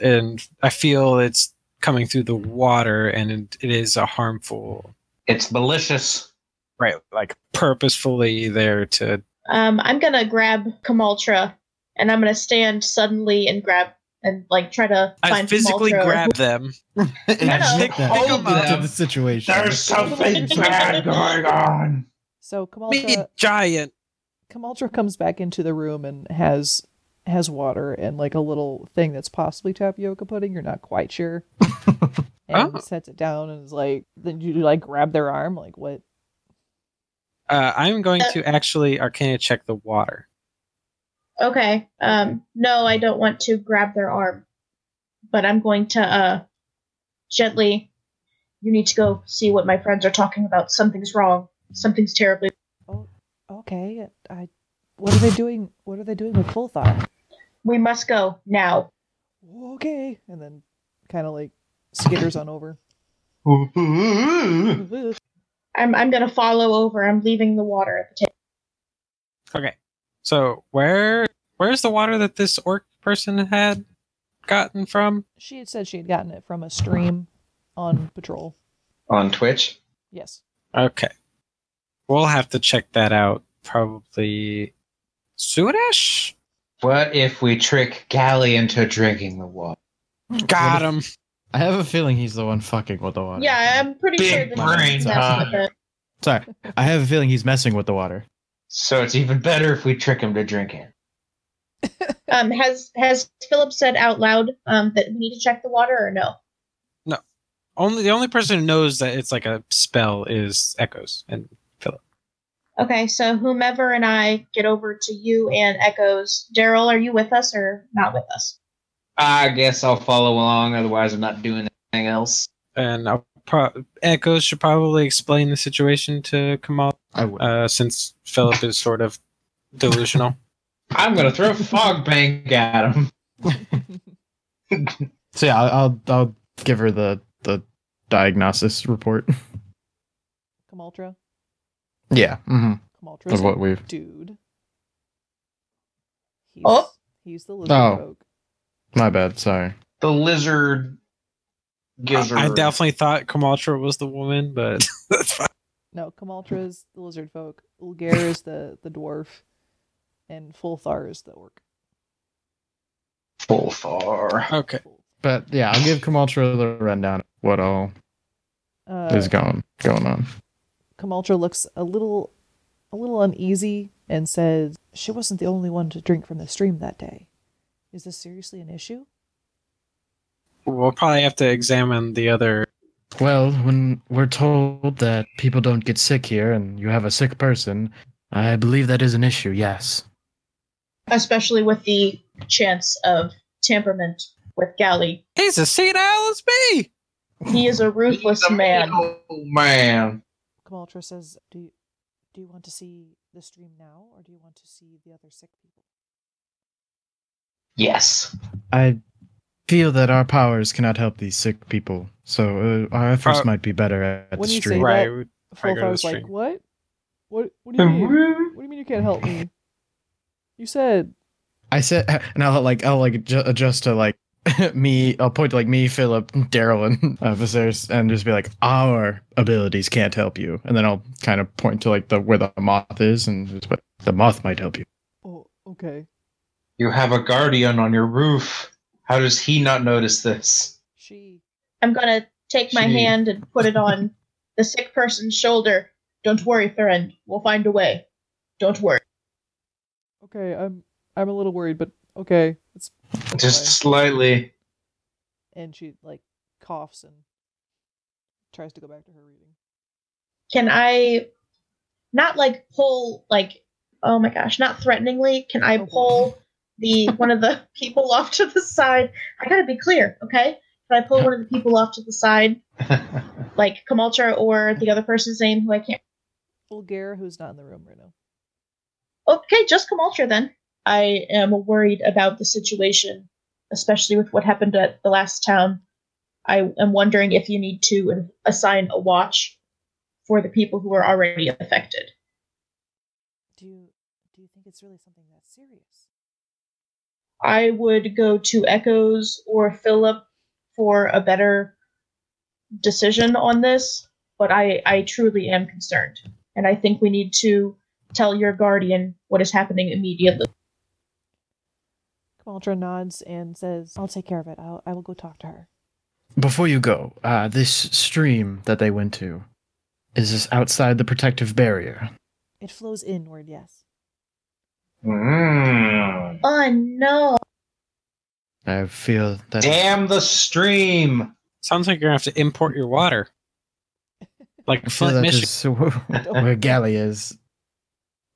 S5: and I feel it's coming through the water, and it, it is a harmful,
S2: It's malicious.
S5: right? Like purposefully there to
S6: um, I'm gonna grab Kamaltra and I'm gonna stand suddenly and grab and like try to
S5: I
S6: find
S5: physically
S6: Kamaltra.
S5: grab them.
S6: no.
S3: Inject that
S2: Hold
S3: into
S2: them.
S3: the situation.
S2: There's something bad going on.
S1: So
S5: Me,
S1: Kamaltra
S5: giant.
S1: Kamaltra comes back into the room and has has water and like a little thing that's possibly tapioca pudding. You're not quite sure. and
S5: Oh.
S1: sets it down and is like, then you like grab their arm. Like what?
S5: Uh, I'm going to actually Arcana check the water.
S6: Okay. Um, no, I don't want to grab their arm, but I'm going to uh, gently. You need to go see what my friends are talking about. Something's wrong. Something's terribly.
S1: Okay, I. What are they doing? What are they doing with full thought?
S6: We must go now.
S1: Okay, and then kind of like skitters on over. Ugh.
S6: I'm I'm gonna follow over. I'm leaving the water at the table.
S5: Okay. So where where's the water that this orc person had gotten from?
S1: she had said she had gotten it from a stream on patrol.
S2: On Twitch?
S1: Yes.
S5: Okay. We'll have to check that out probably soonish.
S7: What if we trick Gally into drinking the water?
S5: Got him.
S3: I have a feeling he's the one fucking with the water.
S6: Yeah, I'm pretty
S7: Big
S6: sure that
S7: brain
S6: he's messing with it.
S4: Sorry, I have a feeling he's messing with the water.
S7: So it's even better if we trick him to drink it.
S6: Um, has has Philip said out loud um, that we need to check the water or no?
S5: Only the only person who knows that it's like a spell is Echoes, and
S6: Okay, so whomever and I get over to you and Echoes. Daryl, are you with us or not with us?
S7: I guess I'll follow along, otherwise I'm not doing anything else.
S5: and I'll pro- Echoes should probably explain the situation to Kamal,
S3: I would.
S5: uh, since Philip is sort of delusional.
S7: I'm gonna throw fog bank at him.
S4: So yeah, I'll I'll, I'll give her the the diagnosis report.
S1: Kamaltra.
S4: yeah, mm-hmm.
S1: Kamaltra's
S4: of what we've.
S1: a dude. He's,
S6: Oh.
S1: he's the lizard
S4: Oh.
S1: rogue.
S4: My bad. Sorry.
S7: The lizard gizzard.
S5: I, I definitely thought Kamaltra was the woman, but that's fine.
S1: No, Kamaltra is the lizard folk. Ulgar is the, the dwarf. And Fulthar is the orc.
S7: full far.
S5: Okay.
S4: But yeah, I'll give Kamaltra the rundown. of What all
S1: Uh,
S4: is going going on?
S1: Kamaltra looks a little a little uneasy and says, She wasn't the only one to drink from the stream that day. Is this seriously an issue?
S5: We'll probably have to examine the other.
S4: Well, when we're told that people don't get sick here, and you have a sick person, I believe that is an issue. Yes.
S6: Especially with the chance of temperament with Galley.
S5: He's a senile as me.
S6: He is a ruthless man.
S7: Oh man.
S1: Kamaltra says, Do you, do you want to see the stream now, or do you want to see the other sick people?
S7: Yes.
S4: I feel that our powers cannot help these sick people, so uh, our efforts
S5: Uh,
S4: might be better at the
S1: when you say
S4: street.
S1: that-
S5: Right. we- I go to the
S1: Fulthar was like,
S5: stream.
S1: What? What what do you mean? What do you mean you can't help me? You said
S4: I said, and I'll like I'll like adju- adjust to like me. I'll point to like me, Philip, Daryl, and officers, and just be like, our abilities can't help you. And then I'll kind of point to like the where the moth is, and just put, the moth might help you.
S1: Oh, okay.
S7: You have a guardian on your roof. How does he not notice this?
S1: She
S6: I'm gonna take my
S7: Gee.
S6: hand and put it on the sick person's shoulder. Don't worry, friend. We'll find a way. Don't worry.
S1: okay, I'm I'm a little worried, but okay. It's it's
S7: Just slightly.
S1: fine. and she like coughs and tries to go back to her reading.
S6: Can I not like pull like oh my gosh, not threateningly, can I
S1: Oh, boy.
S6: pull the one of the people off to the side? I gotta be clear, okay? Can I pull one of the people off to the side, like Kamaltra or the other person's name who I can't
S1: Bulgara, who's not in the room right now.
S6: Okay, just Kamaltra then. I am worried about the situation, especially with what happened at the last town. I am wondering if you need to assign a watch for the people who are already affected.
S1: Do you do you think it's really something that serious?
S6: I would go to Echoes or Philip for a better decision on this, but I, I truly am concerned. And I think we need to tell your guardian what is happening immediately.
S1: Kamaltra nods and says, "I'll take care of it. I'll, I will go talk to her."
S4: Before you go, uh, this stream that they went to is this outside the protective barrier.
S1: It flows inward, yes.
S7: Mm.
S6: Oh no!
S4: I feel that
S7: Damn the stream.
S5: Sounds like you're gonna have to import your water, like
S4: I feel
S5: Flint,
S4: that
S5: Michigan.
S4: is where Galley is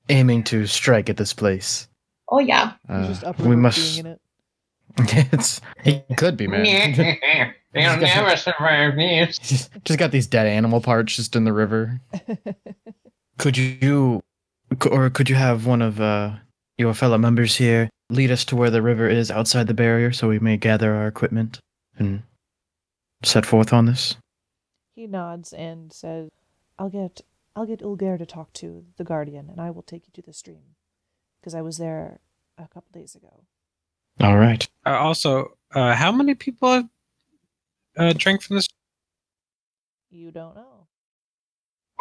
S4: aiming to strike at this place.
S6: Oh yeah.
S1: He's
S4: Uh,
S1: just up
S4: we must.
S1: being in it.
S4: it's he could be man.
S7: They'll never survive this.
S4: just got these dead animal parts just in the river. Could you, c- or could you have one of uh, your fellow members here lead us to where the river is outside the barrier, so we may gather our equipment and set forth on this?
S1: He nods and says, "I'll get I'll get Ulger to talk to the guardian, and I will take you to the stream, because I was there a couple days ago.
S4: All right.
S5: Uh, also, uh, how many people have, uh, drank from this?
S1: You don't know.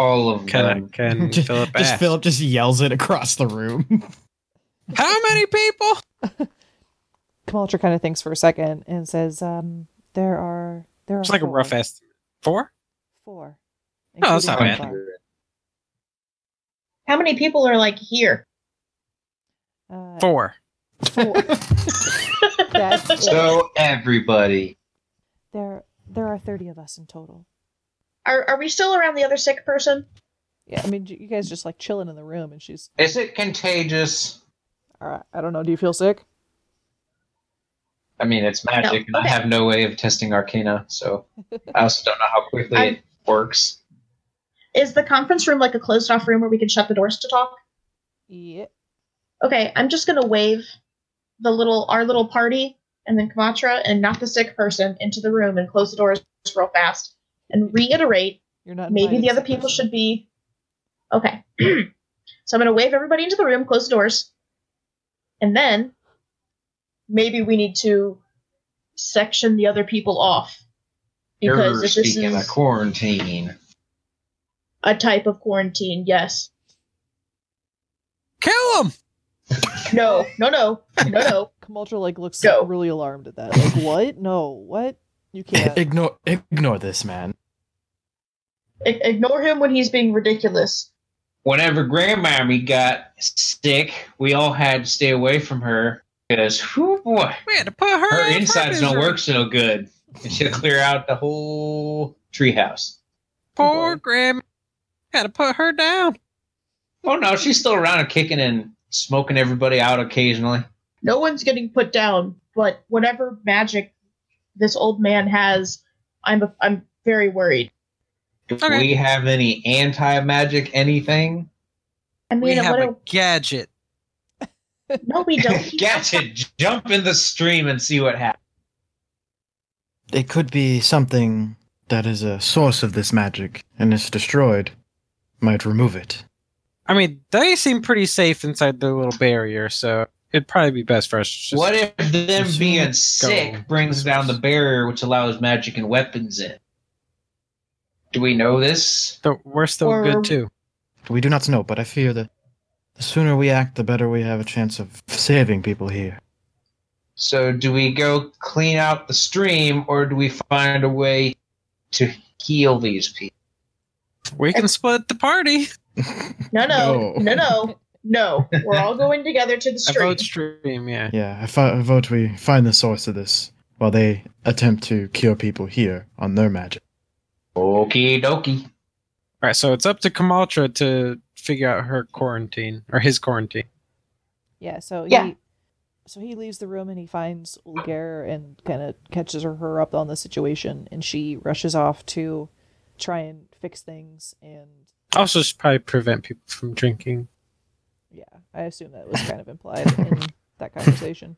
S7: All of
S5: Can I,
S7: them.
S5: can Philip ask?
S4: just Philip just yells it across the room.
S5: How many people?
S1: Kamaltra kind of thinks for a second and says, um, "There are there are
S5: It's like a
S1: four-
S5: rough estimate. Four?
S1: four.
S5: No, that's not
S1: including
S5: bad.
S1: Bonfire.
S6: How many people are like here?
S1: Uh,
S5: Four.
S1: four. Uh, That's it.
S2: So everybody.
S1: There there are thirty of us in total.
S6: Are, are we still around the other sick person?
S1: Yeah, I mean, you guys just like chilling in the room, and she's,
S2: Is it contagious?
S1: all right, I don't know. Do you feel sick?
S2: I mean, it's magic, and
S6: Okay.
S2: I have no way of testing Arcana, so I also don't know how quickly
S6: I-
S2: it works.
S6: Is the conference room like a closed off room where we can shut the doors to talk?
S1: Yeah.
S6: Okay, I'm just gonna wave the little our little party and then Kamatra and knock the sick person into the room and close the doors real fast and reiterate
S1: You're not.
S6: maybe
S1: invited,
S6: the other
S1: sick
S6: people
S1: person.
S6: should be okay. so I'm gonna wave everybody into the room, close the doors, and then maybe we need to section the other people off because
S2: You're
S6: if this
S2: speaking
S6: is
S2: of quarantine.
S6: a type of quarantine, yes.
S5: Kill him!
S6: No, no, no, no, no.
S1: Kamultra like looks
S6: Go.
S1: really alarmed at that. Like what? No, what? You can't.
S4: Ignore ignore this man.
S6: I- ignore him when he's being ridiculous.
S2: Whenever Grandmommy got sick, we all had to stay away from her because, whoo boy,
S5: We had to put her,
S2: her
S5: in her
S2: insides don't
S5: misery.
S2: work so good. And she'll clear out the whole treehouse.
S5: Poor Grim. Had to put her down.
S2: Oh no, she's still around and kicking and smoking everybody out occasionally.
S6: No one's getting put down, but whatever magic this old man has, I'm a, I'm very worried.
S2: Do
S5: Okay.
S2: we have any anti magic anything?
S6: I
S5: We
S6: mean,
S5: have
S6: what
S5: a gadget.
S6: do- no, we don't.
S2: Gadget, j- jump in the stream and see what happens.
S4: It could be something that is a source of this magic, and it's destroyed. Might remove it.
S5: I mean, they seem pretty safe inside their little barrier, so it'd probably be best for us. to Just,
S2: What if them
S5: assume
S2: being
S5: it's
S2: sick
S5: gone.
S2: brings down the barrier which allows magic and weapons in? Do we know this?
S5: The, we're still
S6: Or-
S5: good too.
S4: We do not know, but I fear that the sooner we act, the better we have a chance of saving people here.
S2: So do we go clean out the stream or do we find a way to heal these people?
S5: We can split the party.
S6: No, no, no,
S4: No.
S6: no, no. We're all going together to the
S5: I
S6: stream.
S5: vote stream, yeah.
S4: Yeah, I, fi- I vote we find the source of this while they attempt to cure people here on their magic.
S2: Okie dokie.
S5: All right, so it's up to Kamaltra to figure out her quarantine or his quarantine.
S1: Yeah. So
S6: Yeah.
S1: he, so he leaves the room and he finds Ulgar and kind of catches her, her up on the situation, and she rushes off to try and fix things. And
S5: Also, should probably prevent people from drinking.
S1: yeah, I assume that was kind of implied in that conversation.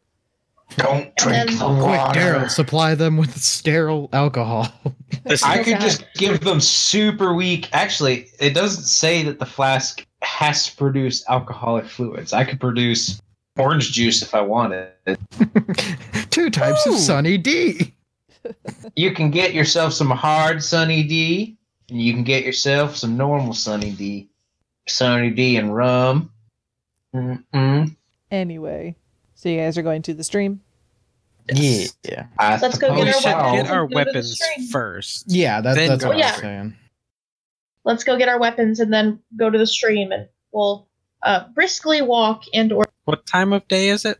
S2: Don't
S6: then-
S2: drink the water.
S4: supply them with sterile alcohol.
S2: I could
S6: Okay.
S2: just give them super weak. Actually, it doesn't say that the flask has to produce alcoholic fluids. I could produce orange juice if I wanted.
S4: Two types
S5: Ooh.
S4: of Sunny D.
S2: You can get yourself some hard Sunny D, and you can get yourself some normal Sunny D. Sunny D and rum. Mm-mm.
S1: Anyway, so you guys are going to the stream.
S4: Yeah,
S2: Yes.
S4: yeah,
S2: I
S6: Let's go
S5: we
S6: get
S2: suppose
S5: should
S6: our
S2: so.
S5: get
S6: weapons. and go
S5: our
S6: to the
S5: weapons
S6: stream.
S5: first.
S4: yeah. That,
S5: Then
S4: that's
S5: go
S4: what
S6: to
S4: I
S6: the
S4: was saying.
S6: Let's go get our weapons and then go to the stream, and we'll uh, briskly walk and or
S5: What time of day is it?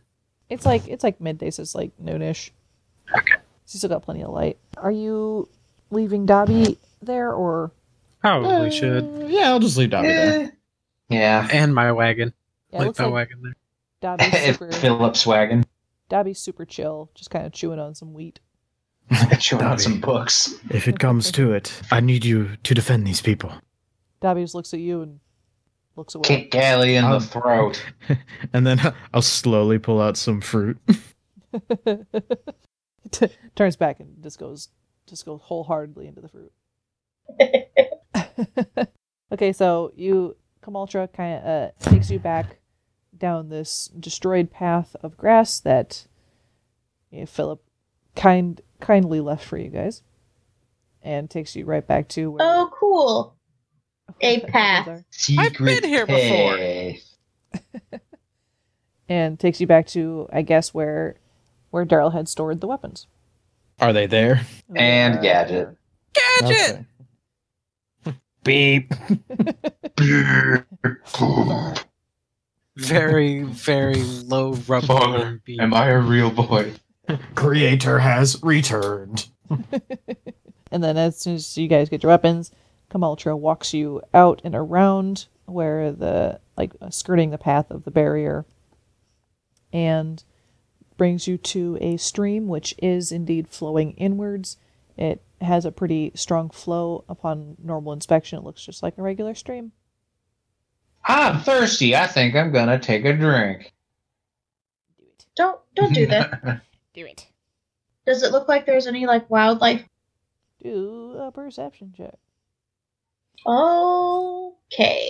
S1: It's like it's like midday, so it's like noonish.
S5: Okay.
S1: So you still got plenty of light. Are you leaving Dobby there or?
S5: Probably should.
S4: Uh, yeah, I'll just leave Dobby there.
S2: Eh. Yeah.
S5: And my wagon.
S1: Yeah, it
S5: like
S1: looks
S5: my
S1: like
S5: wagon there.
S1: Dobby's
S2: If
S1: super.
S2: Phillips wagon.
S1: Dobby's super chill, just kind of chewing on some wheat.
S2: Chewing on some books.
S4: If it comes to it, I need you to defend these people,
S1: Dobby just looks at you and looks away.
S2: Kick Gally in the
S4: Um,
S2: throat.
S4: and then I'll slowly pull out some fruit.
S1: T- turns back and just goes just goes wholeheartedly into the fruit. okay, so you Kamaltra kind of uh, takes you back down this destroyed path of grass that you know, Philip kind kindly left for you guys, and takes you right back to where
S6: oh, cool. a
S1: where things
S6: path.
S1: are.
S2: Secret
S5: been here before.
S2: path.
S1: and takes you back to I guess where where Daryl had stored the weapons.
S4: Are they there?
S7: And
S1: Uh,
S7: gadget.
S5: Gadget.
S4: Okay.
S5: Beep. Very, very low rubber beep.
S7: Am I a real boy?
S4: Creator has returned.
S1: And then as soon as you guys get your weapons, Kamaltra walks you out and around where the like skirting the path of the barrier and brings you to a stream which is indeed flowing inwards. It has a pretty strong flow upon normal inspection. It looks just like a regular stream.
S7: I'm thirsty. I think I'm gonna take a drink.
S8: Do it.
S6: Don't don't do that.
S8: Do it.
S6: Does it look like there's any like wildlife?
S1: Do a perception check.
S6: Okay.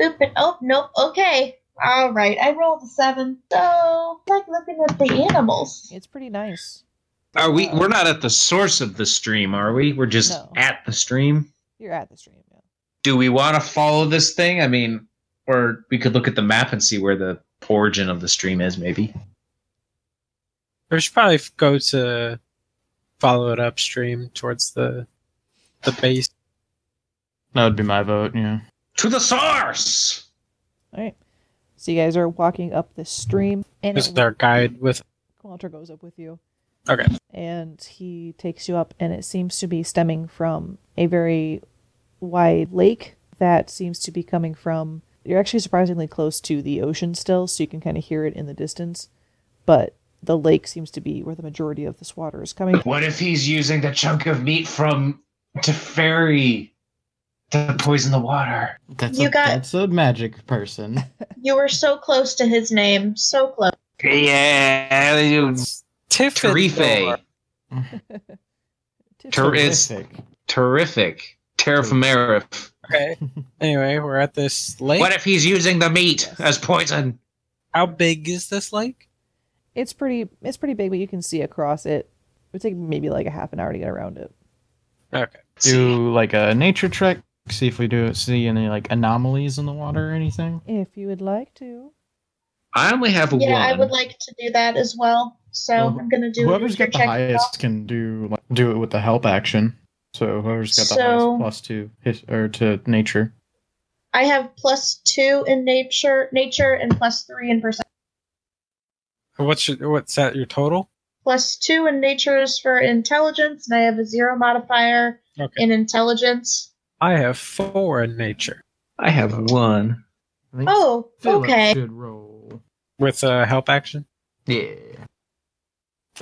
S6: Boop it. Oh nope. Okay. All right. I rolled a seven. So like looking at the animals.
S1: It's pretty nice.
S2: Are we?
S8: Uh,
S2: We're not at the source of the stream, are we? We're just
S1: No.
S2: at the stream.
S1: You're at the stream, yeah.
S2: Do we want to follow this thing? I mean, or we could look at the map and see where the origin of the stream is, maybe.
S5: We should probably f- go to follow it upstream towards the the base.
S3: That would be my vote. Yeah.
S2: To the source.
S1: All right. So you guys are walking up this stream, and
S5: This
S1: it
S5: is our guide with.
S1: Coulter goes up with you.
S5: Okay.
S1: And he takes you up, and it seems to be stemming from a very wide lake that seems to be coming from. You're actually surprisingly close to the ocean still, so you can kind of hear it in the distance. But the lake seems to be where the majority of this water is coming from.
S7: What if he's using the chunk of meat from Teferi to poison the water?
S3: That's
S6: You
S3: a,
S6: got-
S3: that's a magic person.
S6: You were so close to his name. So close.
S2: Yeah,
S5: Tiffin.
S2: Tarife. Ter- it's
S3: Terrific.
S2: terrific. Terraformerif.
S5: Okay. Anyway, we're at this lake.
S2: What if he's using the meat as poison?
S5: How big is this lake?
S1: It's pretty. It's pretty big, but you can see across it. It would take maybe like a half an hour to get around it.
S5: Okay.
S3: do like a nature trek. See if we do see any like anomalies in the water or anything.
S1: If you would like to.
S2: I only have a
S6: Yeah,
S2: one.
S6: I would like to do that as well. So
S4: Well,
S6: I'm gonna do a
S4: Whoever's got the
S6: nature check.
S4: highest can do like, do it with the help action. So whoever's got the
S6: So-
S4: highest plus two his or to nature.
S6: I have plus two in nature, nature, and plus three in percent.
S5: What's your, what's that? Your total?
S6: Plus two in nature is for intelligence, and I have a zero modifier
S5: Okay.
S6: in intelligence.
S5: I have four in nature
S2: I have one.
S3: I think
S6: Oh,
S3: Philip
S6: okay.
S3: Should roll.
S5: with a help action.
S3: Yeah.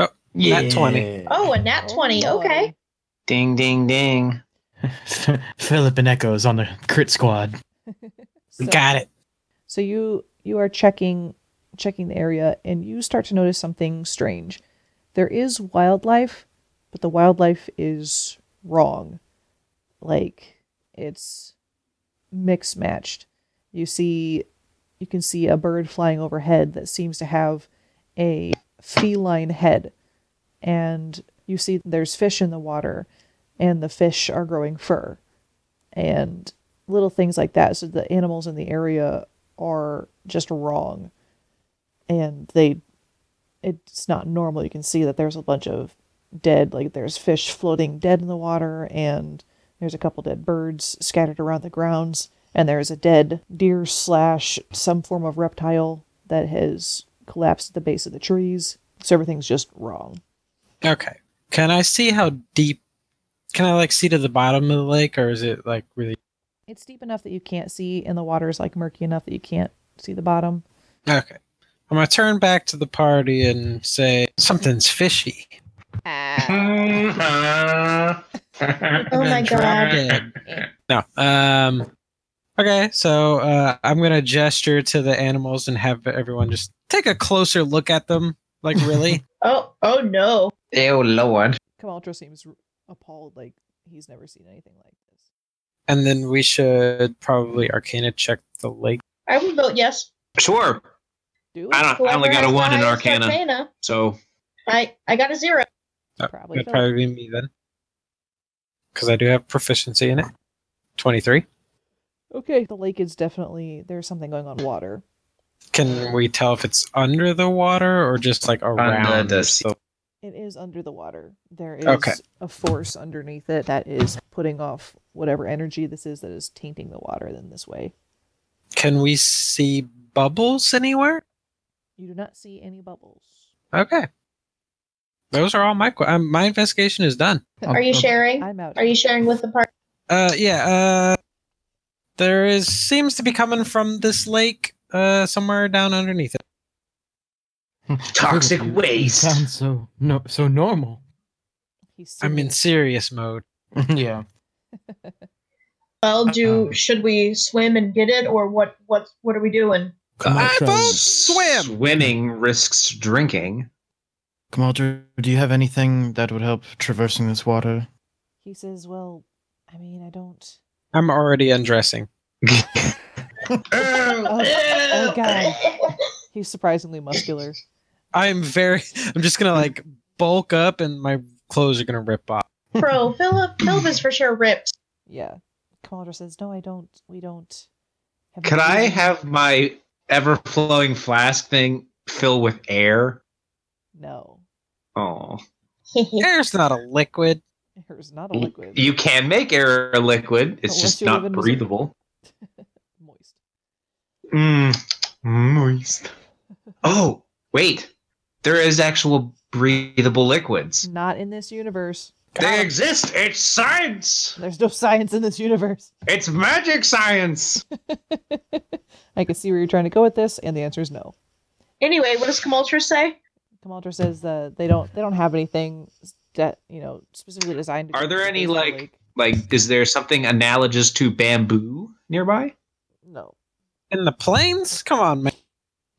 S5: Oh, nat 20.
S6: Oh, a nat twenty. Okay.
S2: Ding, ding, ding.
S4: Philip and Echo is on the crit squad.
S1: So-
S5: Got it.
S1: So you you are checking checking the area and you start to notice something strange. There is wildlife, but the wildlife is wrong. Like it's mixed matched. You see you can see a bird flying overhead that seems to have a feline head. And you see there's fish in the water and the fish are growing fur. And little things like that. So the animals in the area are just wrong and they it's not normal you can see that there's a bunch of dead like there's fish floating dead in the water and there's a couple dead birds scattered around the grounds and there's a dead deer slash some form of reptile that has collapsed at the base of the trees so everything's just wrong
S5: Okay. Can I see how deep? Can I like see to the bottom of the lake, or is it like really?
S1: it's deep enough that you can't see and the water is like murky enough that you can't see the bottom
S5: Okay. I'm gonna turn back to the party and say something's fishy.
S8: Uh,
S7: oh
S6: Oh
S5: Been
S6: my
S5: drowned
S6: god.
S5: in. No. Um. Okay, so uh, I'm gonna gesture to the animals and have everyone just take a closer look at them. Like really?
S6: Oh, oh no.
S7: Ew, Lord.
S1: Kamaltra seems r- appalled like he's never seen anything like this
S5: and then we should probably Arcana check the lake.
S6: I would vote yes.
S2: Sure.
S1: do
S2: I
S1: it
S2: don't. I only got
S6: Whoever
S2: a
S6: has the
S2: one in
S6: highest
S2: Arcana,
S6: Arcana.
S2: so
S6: I I got a zero.
S1: probably
S5: That'd
S1: Philip.
S5: probably be me then, because I do have proficiency in it. Twenty-three.
S1: Okay. The lake is definitely there's something going on water.
S5: Can we tell if it's under the water or just like around
S2: the
S5: the
S2: sea.
S1: It is under the water. There is
S5: Okay.
S1: a force underneath it that is putting off whatever energy this is that is tainting the water in this way.
S5: Can we see bubbles anywhere?
S1: You do not see any bubbles.
S5: Okay. Those are all my que- um, my investigation is done.
S1: Oh,
S6: Are you sharing?
S1: I'm out.
S6: Are you sharing with the party?
S5: Uh yeah, uh there is seems to be coming from this lake uh somewhere down underneath it.
S7: Toxic
S4: You- you
S7: waste.
S4: Sounds so no so normal.
S1: He's
S5: I'm in
S1: serious.
S5: serious mode.
S4: yeah.
S6: Well, do
S4: Uh-oh.
S6: should we swim and get it, or what? What? What are we doing?
S4: Come on,
S5: I
S4: Trevor.
S5: vote- Swim!
S2: Swimming risks drinking.
S4: Kamaldra, do you have anything that would help traversing this water?
S1: He says, "Well, I mean, I don't."
S5: I'm already undressing.
S1: Oh, oh god, he's surprisingly muscular.
S5: I'm very I'm just going to like bulk up and my clothes are going to rip off.
S6: Bro, Philip, Philip is for sure ripped.
S1: Yeah. Commander says, "No, I don't. We don't." Have
S2: Could I
S1: anything."
S2: have my ever flowing flask thing fill with air?
S1: No,
S2: Oh.
S5: Air's not a liquid.
S1: there's not a liquid.
S2: You can make air a liquid. It's
S1: Unless
S2: just
S1: you live
S2: not
S1: in Missouri.
S2: breathable.
S1: Moist.
S2: Mm. Moist. Oh, wait. There is actual breathable liquids.
S1: Not in this universe.
S2: They exist. It's science.
S1: There's no science in this universe.
S2: It's magic science.
S1: I can see where you're trying to go with this, and the answer is no.
S6: Anyway, what does Kamultra say?
S1: Kamaldra says that they don't they don't have anything that you know specifically designed. To
S2: Are
S1: go
S2: there
S1: to
S2: any,
S1: the
S2: like-
S1: lake.
S2: Like, is there something analogous to bamboo nearby?
S1: no?
S5: In the plains? Come on, man.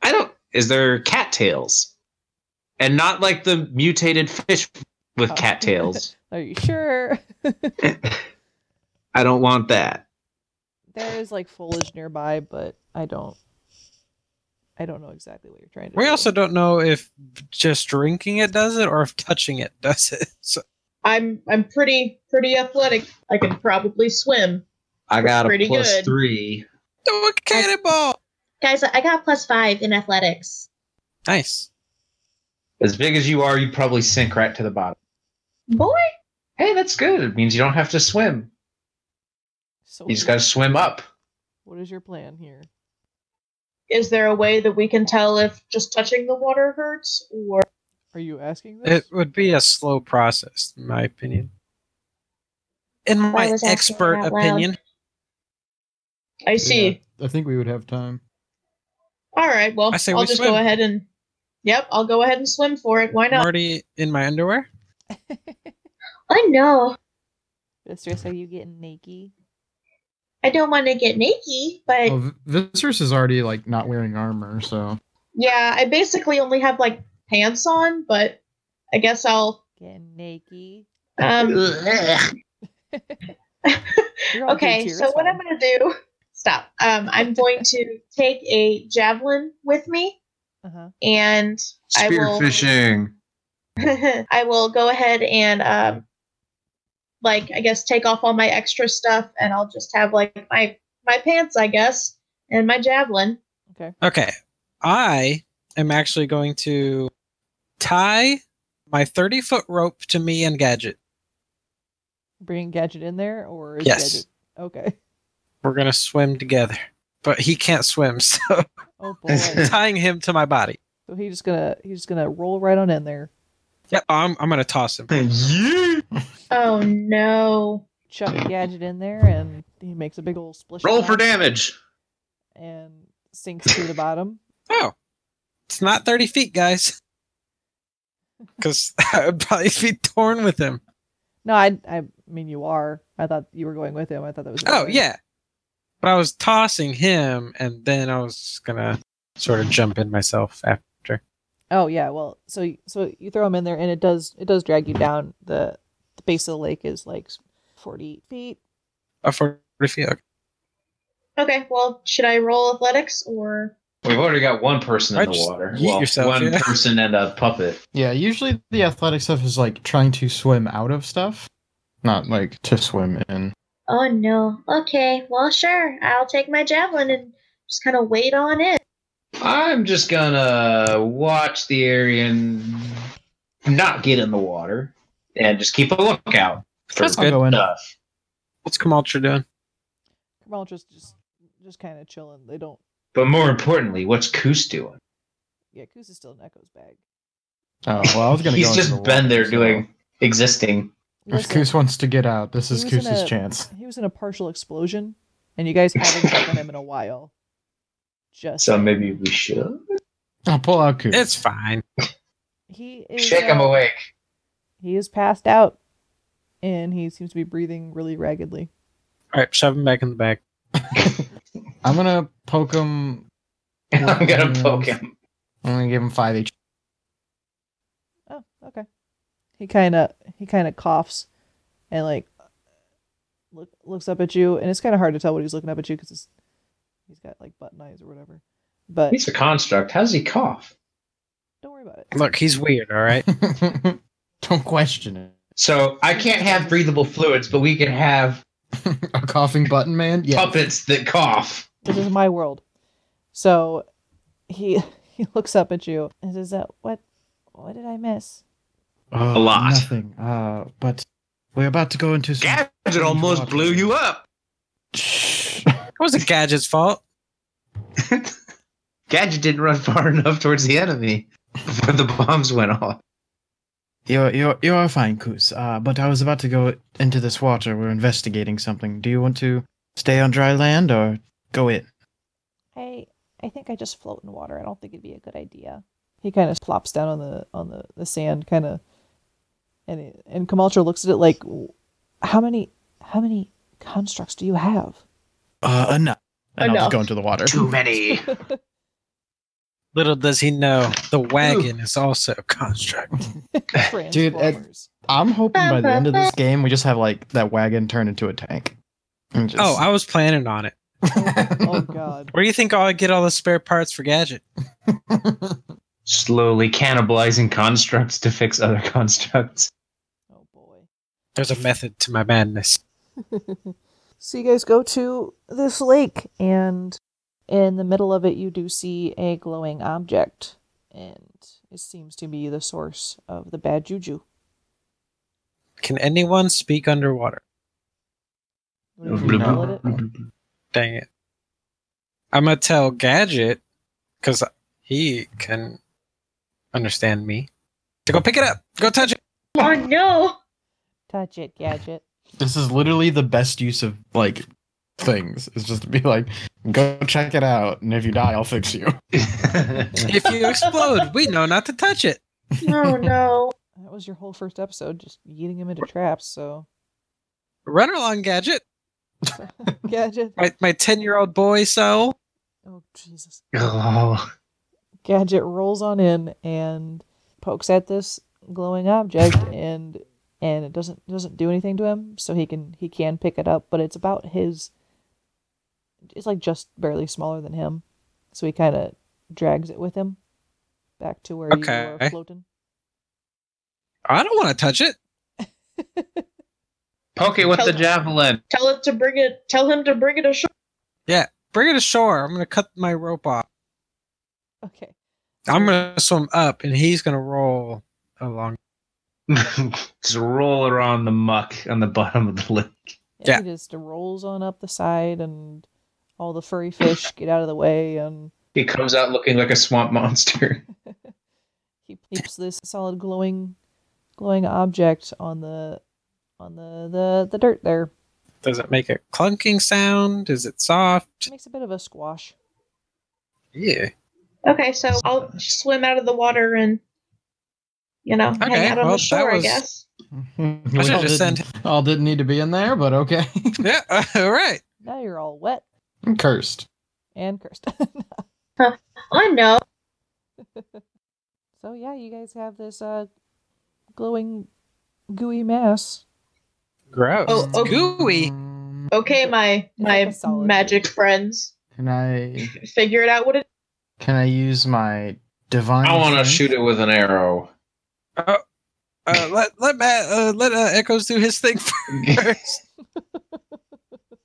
S2: I don't. Is there cattails? And not like the mutated fish with
S1: Oh.
S2: cattails.
S1: Are you sure?
S2: I don't want that.
S1: there is like foliage nearby, but I don't. I don't know exactly what you're trying to.
S5: We
S1: do.
S5: also don't know if just drinking it does it or if touching it does it. So
S6: I'm I'm pretty pretty athletic. I can probably swim.
S2: I got
S6: Pretty
S2: a plus
S6: good.
S2: three.
S5: do a cannonball.
S6: Guys, I got plus five in athletics.
S5: Nice.
S7: As big as you are, you probably sink right to the bottom.
S6: Boy,
S7: Hey, that's good. It means you don't have to swim.
S1: So
S7: You just gotta swim up.
S1: what is your plan here?
S6: is there a way that we can tell if just touching the water hurts, or
S1: Are you asking this?
S5: It would be a slow process, in my opinion. In
S6: I
S5: my
S6: was asking
S5: expert
S6: out loud.
S5: opinion,
S6: I see.
S3: I think we would have time.
S6: All right, well,
S5: I say
S6: I'll
S5: we
S6: just
S5: swim.
S6: go ahead and yep, I'll go ahead and swim for it. Why
S5: I'm
S6: not?
S5: already in my underwear.
S6: I know.
S1: Mistress, are you getting naked?
S6: I don't want to get naked, but
S3: Oh, V- Viserys is already like not wearing armor, so
S6: yeah, I basically only have like pants on, but I guess I'll
S1: Getting naked.
S6: um
S1: You're on
S6: okay,
S1: good tier,
S6: so
S1: it's
S6: what I'm
S1: fine.
S6: going to do stop. Um I'm going to take a javelin with me
S1: Uh-huh.
S6: and I will
S2: Spearfishing.
S6: I will go ahead and um like I guess take off all my extra stuff and I'll just have like my my pants, I guess, and my javelin.
S1: Okay.
S5: Okay. I am actually going to tie my 30 foot rope to me and Gadget.
S1: Bring Gadget in there, or is
S5: Yes.
S1: Gadget okay?
S5: We're going to swim together. But he can't swim, so
S1: Oh boy. so
S5: tying him to my body.
S1: he's just gonna he's just gonna roll right on in there,
S5: Yeah, I'm, I'm going to toss him.
S2: yeah.
S6: Oh no.
S1: chuck Gadget in there, and he makes a big old splish.
S2: Roll for
S1: attack
S2: damage.
S1: And sinks to the bottom.
S5: Oh, it's not 30 feet, guys. Because I would probably be torn with him.
S1: No, I I mean you are. I thought you were going with him. I thought that was.
S5: Oh
S1: okay.
S5: yeah, but I was tossing him, and then I was gonna sort of jump in myself after.
S1: Oh yeah. Well, so y- so you throw him in there, and it does it does drag you down. the The base of the lake is like forty feet.
S5: A forty feet. Okay.
S6: Okay, well, should I roll athletics or
S7: We've already got one person
S5: I
S7: in the
S5: just
S7: water.
S5: yeet yourself,
S7: one
S5: yeah.
S7: person and a puppet.
S3: yeah. Usually the athletic stuff is like trying to swim out of stuff, not like to swim in.
S6: Oh no. Okay, well sure. I'll take my javelin and just kind of wait on it.
S2: I'm just gonna watch the area and not get in the water and just keep a lookout for
S5: That's
S9: I'll
S5: good.
S9: go in.
S2: stuff.
S5: What's Kamaltra doing?
S1: Kamal just just just kind of chilling. They don't.
S2: But more importantly, what's Koos doing?
S1: Yeah, Koos is still in Echo's bag.
S4: Oh well, I was gonna.
S2: He's
S4: go into
S2: just
S4: the
S2: been
S4: water,
S2: there
S4: so-
S2: doing existing.
S4: If
S1: Listen,
S4: Koos wants to get out, this
S1: He
S4: is
S1: was in
S4: Koos's
S1: a-
S4: chance.
S1: he was in a partial explosion, and you guys haven't spoken to him in a while. Just
S2: So maybe we should
S4: I'll pull out Koos.
S5: It's fine.
S1: he is
S2: check him
S1: uh,
S2: awake.
S1: He is passed out, and he seems to be breathing really raggedly.
S5: All right, shove him back in the back.
S4: I'm gonna poke him.
S2: I'm gonna
S4: Mm.
S2: poke him.
S4: I'm gonna give him five H.
S1: Oh, okay. He kind of he kind of coughs, and like look looks up at you, and it's kind of hard to tell what he's looking up at you because he's got like button eyes or whatever. But
S2: He's a construct. How does he cough?
S1: don't worry about it.
S5: Look, he's weird. All right.
S4: Don't question it.
S2: So I can't have breathable fluids, but we can have
S4: A coughing button man? Yeah.
S2: puppets that cough.
S1: this is my world. So he he looks up at you and says, uh, "What? What did I miss?"
S9: Uh,
S10: A
S4: Oh,
S10: lot.
S9: Nothing. Uh, but we're about to go into some.
S10: Gadget almost blew you up.
S5: It wasn't Gadget's fault.
S10: Gadget didn't run far enough towards the enemy before the bombs went off.
S9: You're you're you're fine, Koos. Uh, but I was about to go into this water. We're investigating something. Do you want to stay on dry land or go in?
S1: I I think I just float in water. I don't think it'd be a good idea. He kind of plops down on the on the, the sand, kind of, and it, and Kamaltra looks at it like, "W- "How many how many constructs do you have?"
S9: Uh, enough. And I'll
S6: Enough.
S9: just go into the water.
S10: Too many.
S5: Little does he know, the wagon is also a construct.
S4: Dude, Ed-
S1: Transformers.
S4: I'm hoping by the end of this game we just have like that wagon turn into a tank. And just-
S5: Oh, I was planning on it.
S1: oh God!
S5: Where do you think I get all the spare parts for Gadget?
S2: Slowly cannibalizing constructs to fix other constructs.
S1: Oh boy!
S5: There's a method to my madness.
S1: So you guys go to this lake, and in the middle of it, you do see a glowing object, and it seems to be the source of the bad juju.
S5: Can anyone speak underwater?
S1: What do you call it?
S5: Dang it. I'm going to tell Gadget, because he can understand me, to go pick it up. Go touch it.
S6: Oh no!
S1: Touch it, gadget.
S4: this is literally the best use of like things. Is just to be like, go check it out, and if you die, I'll fix you.
S5: If you explode, we know not to touch it.
S6: No, Oh, no.
S1: That was your whole first episode, just eating him into traps. So,
S5: Run along, Gadget.
S1: gadget.
S5: My my 10 year old boy, so.
S1: Oh Jesus!
S10: oh,
S1: Gadget rolls on in and pokes at this glowing object, and and it doesn't doesn't do anything to him, so he can he can pick it up, but it's about his. It's like just barely smaller than him, so he kind of drags it with him back to where you
S5: Okay.
S1: were floating.
S5: I don't want to touch it.
S10: poke it with the
S6: Tell-
S10: javelin.
S6: Tell it to bring it. Tell him to bring it ashore.
S5: Bring it ashore. I'm going to cut my rope off.
S1: Okay.
S5: I'm going to swim up, and he's going to roll along.
S2: Just roll around the muck on the bottom of the lake.
S1: Yeah,
S5: Yeah.
S1: He just rolls on up the side, and all the furry fish get out of the way, and
S2: He comes out looking like a swamp monster.
S1: he keeps this solid glowing, glowing object on the, on the the the dirt there.
S5: Does it make a clunking sound? Is it soft?
S1: makes a bit of a squash.
S5: Yeah.
S6: Okay, so I'll swim out of the water and, you know,
S5: Okay,
S6: hang out on the
S5: well, that
S6: shore. I
S5: was-
S6: guess.
S5: I
S4: We
S5: should
S4: all
S5: just
S4: didn't-
S5: send.
S4: All didn't need to be in there, but okay.
S5: Yeah. All right.
S1: Now you're all wet
S4: I'm cursed.
S1: and cursed.
S6: I know.
S1: so yeah, you guys have this uh, glowing, gooey mass.
S5: Gross.
S6: Oh, okay.
S5: Gooey.
S4: Um,
S6: Okay, my
S1: like
S6: my
S1: a solid
S6: magic friends,
S4: Can I
S6: figure it out what it.
S4: can I use my divine?
S2: I want to
S4: strength?
S2: shoot it with an arrow.
S5: Uh, let let Matt, uh, let uh, Echoes do his thing first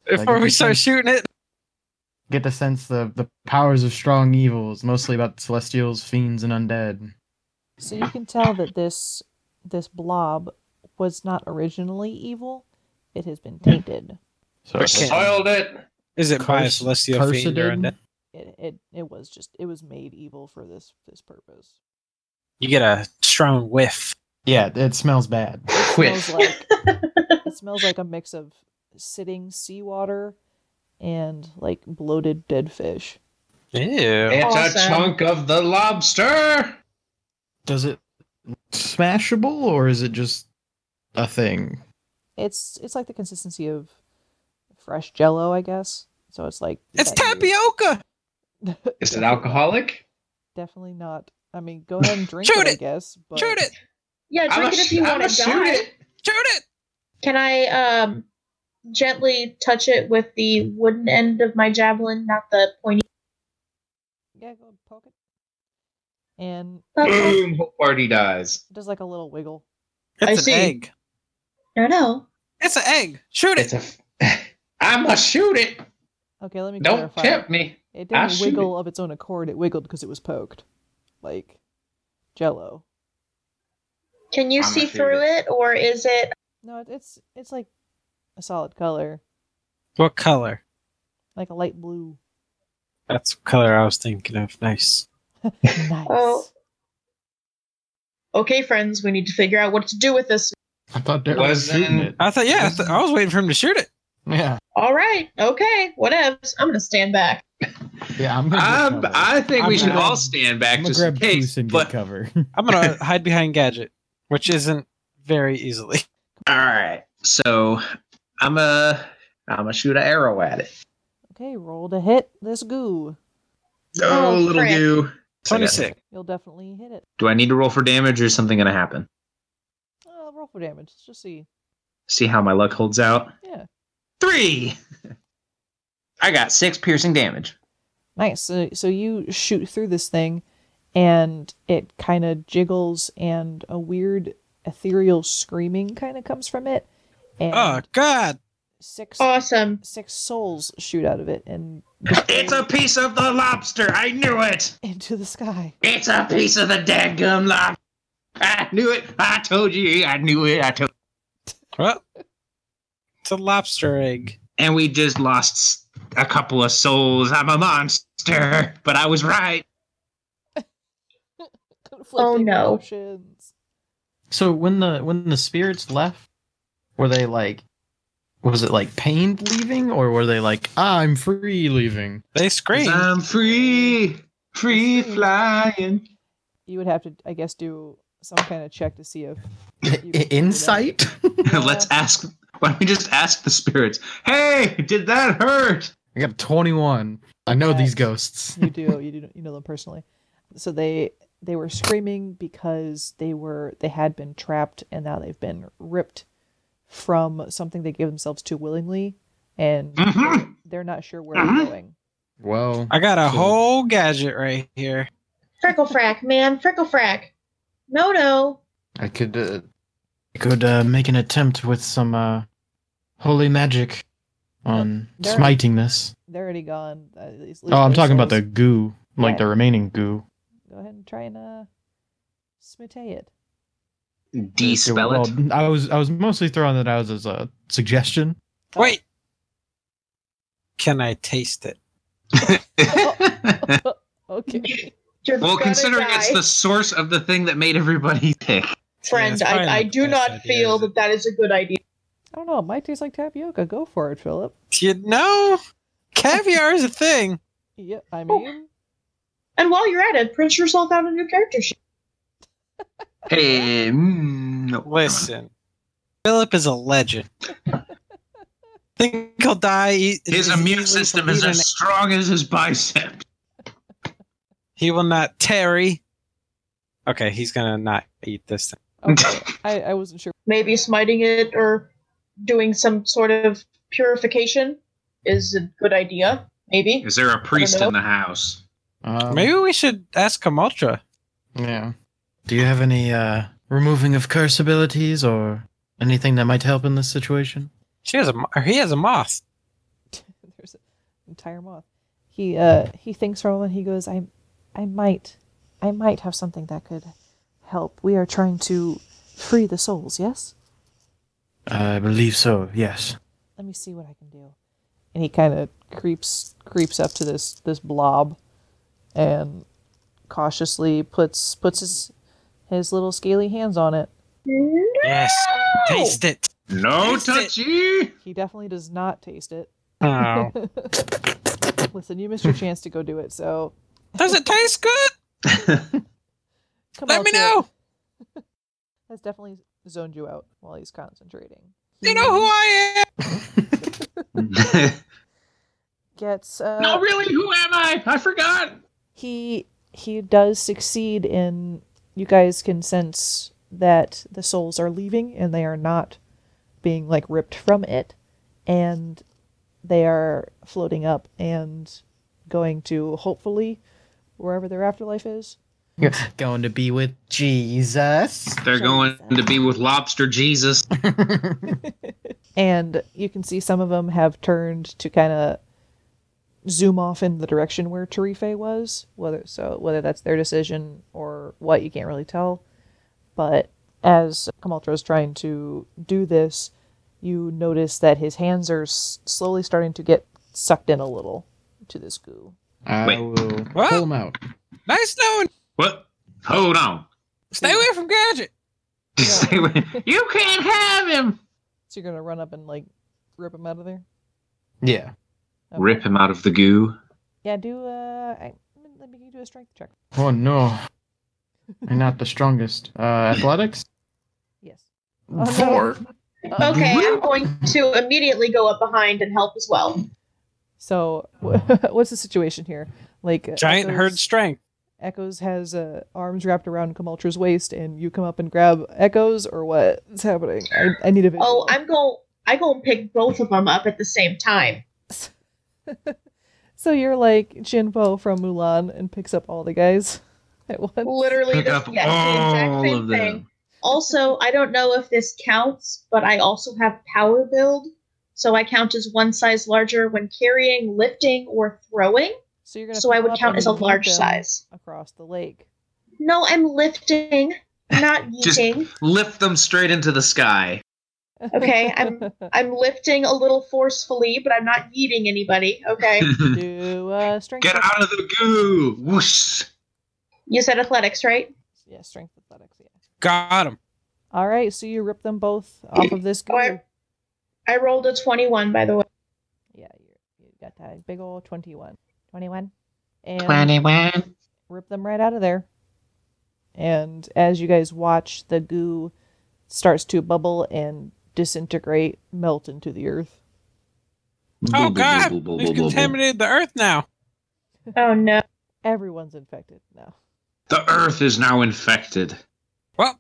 S5: before we start shooting it.
S4: get the sense the the powers of strong evil is mostly about celestials, fiends, and undead.
S1: So you can tell that this this blob was not originally evil. It has been tainted.
S4: So uh,
S5: Okay.
S7: Soiled it.
S5: Is it by a
S4: Curse-
S5: celestial fiend or
S4: curseded?
S5: undead?
S1: It, it it was just it was made evil for this this purpose.
S5: You get a strong whiff.
S4: yeah, it- it smells bad.
S1: It smells
S7: Quit.
S1: like it smells like a mix of sitting seawater and like bloated dead fish.
S5: Ew.
S7: It's a
S6: Awesome.
S7: chunk of the lobster.
S4: Does it smashable or is it just a thing?
S1: It's it's like the consistency of fresh jello, I guess. So it's like
S5: It's
S1: that you-
S5: tapioca.
S7: Is it alcoholic?
S1: Definitely not. I mean, go ahead and drink it,
S5: Shoot
S1: I
S5: it!
S1: guess. But
S5: Shoot it.
S6: Yeah,
S7: I'ma
S6: drink it if
S7: sh-
S6: you
S7: I'ma
S6: want to
S7: shoot
S6: die.
S7: it.
S5: Shoot it.
S6: Can I um gently touch it with the wooden end of my javelin, not the pointy?
S1: Yeah, go and poke it. And
S6: I
S7: Boom! Whole party dies.
S1: does like a little wiggle.
S6: I
S5: It's
S6: see.
S5: an egg.
S6: know.
S5: It's an egg. Shoot
S7: It's
S5: it.
S7: a. f- I'ma shoot it.
S1: Okay, let me
S7: Don't
S1: clarify.
S7: tempt me.
S1: It
S7: I'll
S1: didn't
S7: shoot
S1: wiggle of its own accord. It wiggled because it was poked, like Jello.
S6: Can you
S7: I'ma
S6: see
S7: shoot
S6: through
S7: it.
S6: it, or is it?
S1: No, it- it's it's like a solid color,
S5: What color?
S1: like a light blue.
S5: That's the color I was thinking of. Nice.
S1: nice.
S6: Oh. Okay, friends, we need to figure out what to do with this.
S4: I thought Daryl was
S7: Wasn't-
S4: shooting it.
S5: I thought, yeah, I, th- I was waiting for him to shoot it.
S4: Yeah,
S6: All right, okay, whatevs. I'm gonna stand back.
S4: yeah. I'm gonna. get
S2: Um,
S4: covered.
S2: I think we
S5: I'm
S2: should
S5: gonna-
S2: all stand back
S4: I'm gonna
S2: just
S4: grab
S2: in case.
S4: Goose and
S2: but
S4: get cover.
S5: I'm gonna hide behind gadget, which isn't very easily.
S2: all right, so I'm a I'm a shoot an arrow at it.
S1: Okay, roll to hit this goo.
S2: Oh,
S6: Oh,
S2: little
S6: crap.
S2: you. So I got-
S5: Twenty six.
S1: You'll definitely hit it.
S2: Do I need to roll for damage or is something gonna happen?
S1: Uh, roll for damage. Let's just see.
S2: See how my luck holds out.
S1: Yeah.
S2: Three. I got six piercing damage.
S1: Nice. So, so you shoot through this thing, and it kind of jiggles, and a weird ethereal screaming kind of comes from it, and
S5: Oh God!
S1: six
S6: Awesome.
S1: six souls shoot out of it and
S2: It's a piece of the lobster. I knew it.
S1: into the sky.
S2: It's a piece of the dadgum lobster. I knew it. I told you. I knew it. I told.
S5: Well, it's a lobster egg.
S2: And we just lost s- a couple of souls. I'm a monster, but I was right.
S1: Conflicting
S6: no.
S1: Emotions.
S4: So when the when the spirits left, were they like, was it like pained leaving, or were they like, "Ah, I'm free leaving?
S5: They scream.
S2: I'm free, free flying.
S1: You would have to, I guess, do some kind of check to see if
S4: I-
S1: You
S4: I-
S1: can
S4: Insight.
S2: Let's ask. Why don't we just ask the spirits? Hey, did that hurt?
S4: I got 21. I know
S1: Okay.
S4: these ghosts.
S1: you do. You do. You know them personally. So they they were screaming because they were they had been trapped and now they've been ripped from something they gave themselves to willingly, and
S4: Hmm?
S2: Mhm.
S1: they're not sure where they're
S4: Uh-huh.
S2: Mhm.
S1: going.
S4: Well,
S5: I got a
S4: Cool.
S5: whole gadget right here.
S6: Fricklefrack, man, fricklefrack. No, no.
S4: I could uh, I could uh, make an attempt with some uh, holy magic on
S1: There-
S4: smiting this.
S1: They're already gone. Uh, at least- at
S4: Oh, I'm
S1: least
S4: talking
S1: those
S4: about the
S1: souls.
S4: goo, like the
S1: Yeah.
S4: remaining goo.
S1: Go ahead and try and uh, smite it.
S2: Despell it.
S4: Well, I was I was mostly throwing that out as a suggestion.
S1: Oh.
S5: Wait. Can I taste it?
S1: Oh, Okay.
S6: You're
S2: well,
S6: gonna
S2: considering
S6: die.
S2: it's the source of the thing that made everybody tick.
S6: friend,
S5: Yeah, it's probably
S6: I, I
S5: not
S6: do
S5: the
S6: not
S5: best idea,
S6: feel
S5: is it?
S6: that that is a good idea.
S1: I don't know. It might taste like tapioca. Go for it, Philip.
S5: You know, caviar is a thing.
S1: Yeah, I mean,
S6: And while you're at it, print yourself out a new character sheet.
S2: Hey, mm, no.
S5: Listen, Philip is a legend. Think he'll die. e-
S2: His
S5: as
S2: immune
S5: easily
S2: system
S5: from
S2: is
S5: eating
S2: as
S5: it.
S2: strong as his bicep.
S5: He will not tarry. Okay, he's gonna not eat this thing.
S1: okay. I, I wasn't sure.
S6: Maybe smiting it or doing some sort of purification is a good idea. Maybe.
S2: Is there a priest
S6: know.
S2: in the house?
S4: Um,
S5: Maybe we should ask Kamultra.
S4: Yeah. Do you have any uh, removing of curse abilities or anything that might help in this situation?
S5: She has a, mo- or he has a moth.
S1: There's an entire moth. He uh he thinks for a moment. He goes, "I, I might, I might have something that could help. We are trying to free the souls. Yes.
S4: I believe so, yes.
S1: Let me see what I can do." And he kind of creeps creeps up to this this blob, and cautiously puts puts his his little scaly hands on it.
S5: Yes. Taste it.
S2: No
S5: Taste it.
S2: touchy.
S1: He definitely does not taste it.
S5: Oh.
S1: Listen, you missed your chance to go do it, so
S5: Does it taste good?
S1: come
S5: Let
S1: out
S5: me
S1: to it.
S5: know.
S1: Has definitely zoned you out while he's concentrating.
S5: You know who I am.
S1: Gets uh,
S2: no, really. Who am I? I forgot.
S1: he he does succeed in. You guys can sense that the souls are leaving and they are not being like ripped from it, and they are floating up and going to hopefully wherever their afterlife is.
S4: Going to be with Jesus.
S2: They're going to be with Lobster Jesus.
S1: and you can see some of them have turned to kind of zoom off in the direction where Tarife was. Whether so, whether that's their decision or what, you can't really tell. But as Kamaltra is trying to do this, you notice that his hands are s- slowly starting to get sucked in a little to this goo.
S4: I
S2: Wait.
S4: will
S5: What?
S4: pull him out.
S5: Nice knowing.
S2: What? Hold on.
S5: Stay away from Gadget.
S2: you can't have him.
S1: So you're gonna run up and like rip him out of there.
S4: Yeah.
S1: Okay.
S2: Rip him out of the goo.
S1: Yeah. Do uh, I, let me do a strength check.
S4: Oh no. I'm not the strongest. Uh, athletics?
S1: Yes.
S4: Four.
S6: Okay, I'm going to immediately go up behind and help as well.
S1: So what's the situation here? Like uh,
S5: Giant herd
S1: Echoes-
S5: strength.
S1: Echoes has uh, arms wrapped around Kamaltra's waist, and you come up and grab Echoes, or what's happening? I, I need a visual.
S6: Oh, I'm going. I go and pick both of them up at the same time.
S1: so you're like Jinpo from Mulan and picks up all the guys at once.
S6: Literally,
S2: Pick
S6: the,
S2: up
S6: yeah, the exact
S2: all
S6: same
S2: of
S6: thing.
S2: them.
S6: Also, I don't know if this counts, but I also have power build, so I count as one size larger when carrying, lifting, or throwing.
S1: So you're gonna.
S6: So I
S1: pick
S6: would
S1: up
S6: count
S1: and
S6: as a
S1: yeet
S6: large
S1: them
S6: size.
S1: across the lake.
S6: No, I'm lifting, not
S2: Just-
S6: yeeting.
S2: Lift them straight into the sky.
S6: Okay, I'm- I'm lifting a little forcefully, but I'm not yeeting anybody. Okay,
S1: do uh, strength.
S2: Get
S1: check.
S2: out of the goo. Whoosh.
S6: you said athletics, right?
S1: Yeah, strength athletics. Yeah.
S5: Got him.
S1: All right, so you rip them both off of this.
S6: Oh, I-
S1: goo.
S6: I rolled a 21, by the way.
S1: Yeah, you, you got that big old twenty-one. Twenty-one. And
S7: 21.
S1: rip them right out of there. And as you guys watch, the goo starts to bubble and disintegrate, melt into the earth.
S5: Oh
S2: Boo, boo,
S5: God,
S2: boo, boo,
S5: we've
S2: boo, boo, boo.
S5: contaminated the earth now.
S6: Oh no.
S1: Everyone's infected now.
S2: The earth is now infected.
S5: Well,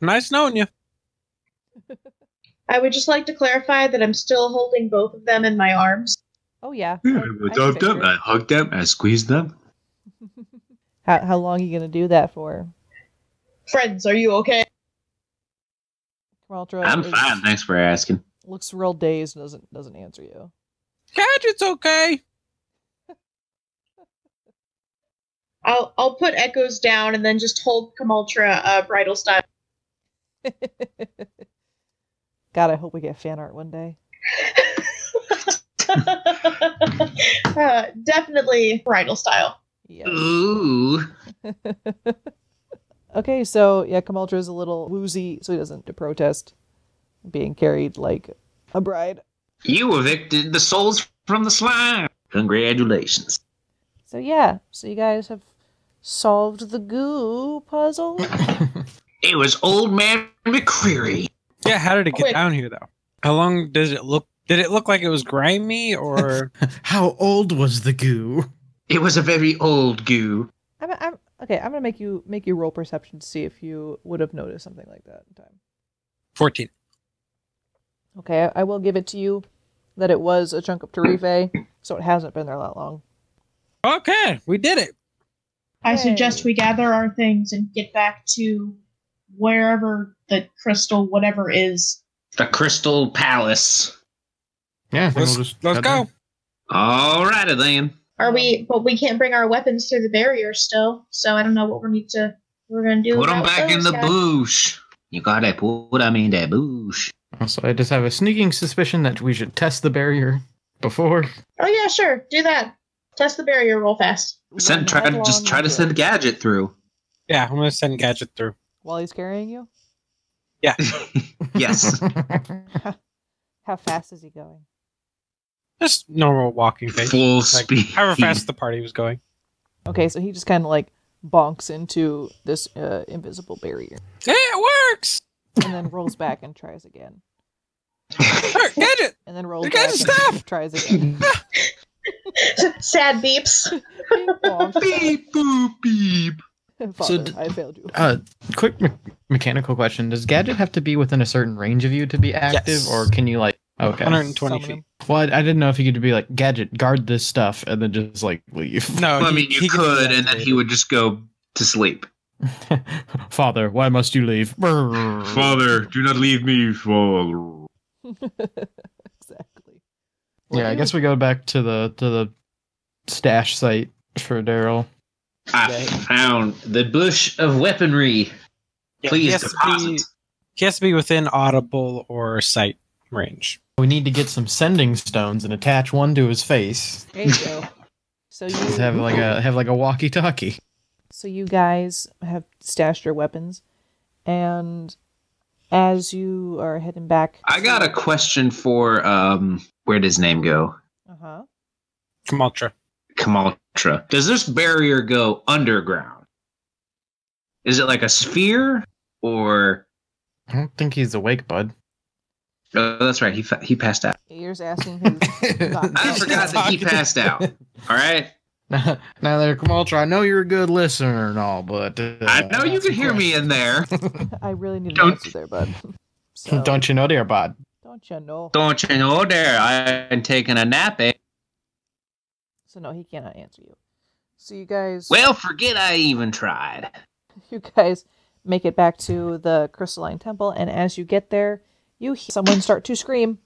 S5: nice knowing you.
S6: I would just like to clarify that I'm still holding both of them in my arms.
S1: Oh yeah. I- I
S2: I
S1: can
S2: dumped
S1: picture
S2: them, I hugged them, I squeezed them.
S1: it. how how long are you gonna do that for?
S6: Friends, are you okay?
S1: Kamaltra
S2: I'm
S1: is-
S2: fine, thanks for asking.
S1: looks real dazed and doesn't doesn't answer you.
S5: Gadget's okay.
S6: I'll I'll put echoes down and then just hold Kamaltra uh, bridal style.
S1: God, I hope we get fan art one day.
S6: uh, definitely bridal style.
S1: Yes.
S2: Ooh.
S1: okay, so yeah, Kamaltra is a little woozy, so he doesn't protest being carried like a bride.
S2: You evicted the souls from the slime. Congratulations.
S1: So yeah, so you guys have solved the goo puzzle.
S2: It was old man McCreary.
S5: Yeah, how did it get
S6: Quick.
S5: down here though? How long does it look? Did it look like it was grimy or?
S4: How old was the goo?
S2: It was a very old goo.
S1: I'm, I'm okay. I'm gonna make you make you roll perception to see if you would have noticed something like that in time.
S5: Fourteen.
S1: Okay, I, I will give it to you that it was a chunk of Tarife, so it hasn't been there that long.
S5: Okay, we did it.
S6: I
S1: Yay.
S6: suggest we gather our things and get back to wherever the crystal whatever is.
S2: The Crystal Palace.
S4: Yeah, I think
S5: Let's,
S4: we'll just
S5: let's
S4: cut there.
S5: go.
S2: Alrighty then.
S6: Are we? But we can't bring our weapons through the barrier still, so I don't know what we need to. We're gonna do.
S2: Put them
S6: about
S2: back in
S6: those
S2: the
S6: guys.
S2: bush. You gotta put them in the bush.
S3: Also, I just have a sneaking suspicion that we should test the barrier before.
S6: Oh yeah, sure. Do that. Test the barrier real fast.
S2: Send, try to just try to send gadget through.
S5: Yeah, I'm gonna send gadget through.
S1: while he's carrying you.
S2: yes.
S1: How fast is he going?
S5: Just normal walking pace.
S2: Full
S5: Like,
S2: speed.
S5: However fast the party was going.
S1: Okay, so he just kind of like bonks into this uh, invisible barrier
S5: It works.
S1: and then rolls back and tries again.
S5: Alright, Gadget.
S1: And then rolls
S5: You
S1: back
S5: gotta
S1: and tries again.
S6: Sad beeps.
S1: Bing bong.
S2: beep boop beep.
S1: Father,
S4: d-
S1: I failed you.
S4: Uh, quick me- mechanical question: Does gadget have to be within a certain range of you to be active,
S5: Yes.
S4: or can you like? Okay.
S5: 120
S1: Summon
S5: feet.
S4: Well, I, I didn't know if you could be like gadget, guard this stuff, and then just like leave.
S5: No,
S2: I
S5: Oh, he-
S2: mean, you
S5: he can do
S2: could,
S5: that
S2: and then he
S5: later.
S2: would just go to sleep.
S4: Father, why must you leave?
S5: Mm-hmm.
S2: Father, do not leave me, father.
S1: exactly.
S4: Yeah, I guess we go back to the to the stash site for Daryl.
S2: I found the bush of weaponry.
S5: Yeah, he
S2: Please
S5: has to be-
S2: deposit.
S5: He has to be within audible or sight range.
S4: We need to get some sending stones and attach one to his face.
S1: There you go. So
S4: Just have
S1: you,
S4: like a have like a walkie-talkie.
S1: so you guys have stashed your weapons, and as you are heading back,
S2: I got a question for um, where'd his name go?
S1: Uh huh.
S5: Kamaltra.
S2: Kamaltra. Does this barrier go underground? Is it like a sphere or?
S4: I don't think he's awake, bud.
S2: Oh, that's right. He fa- he passed out.
S1: You're just asking who's not
S2: I forgot that he passed out. All right.
S4: now there, Kamaltra, I know you're a good listener and all, but uh,
S2: I know you
S4: that's
S2: can
S4: a
S2: hear me in there.
S1: I really need an
S2: Don't-
S1: answer there, bud. So,
S4: question. Don't you know, dear bud?
S1: don't you know?
S2: Don't you know there? I'm taking a nap. Eh?
S1: So no, he cannot answer you. So you guys,
S2: Well, forget I even tried.
S1: you guys make it back to the crystalline temple, and as you get there, you hear someone start to scream.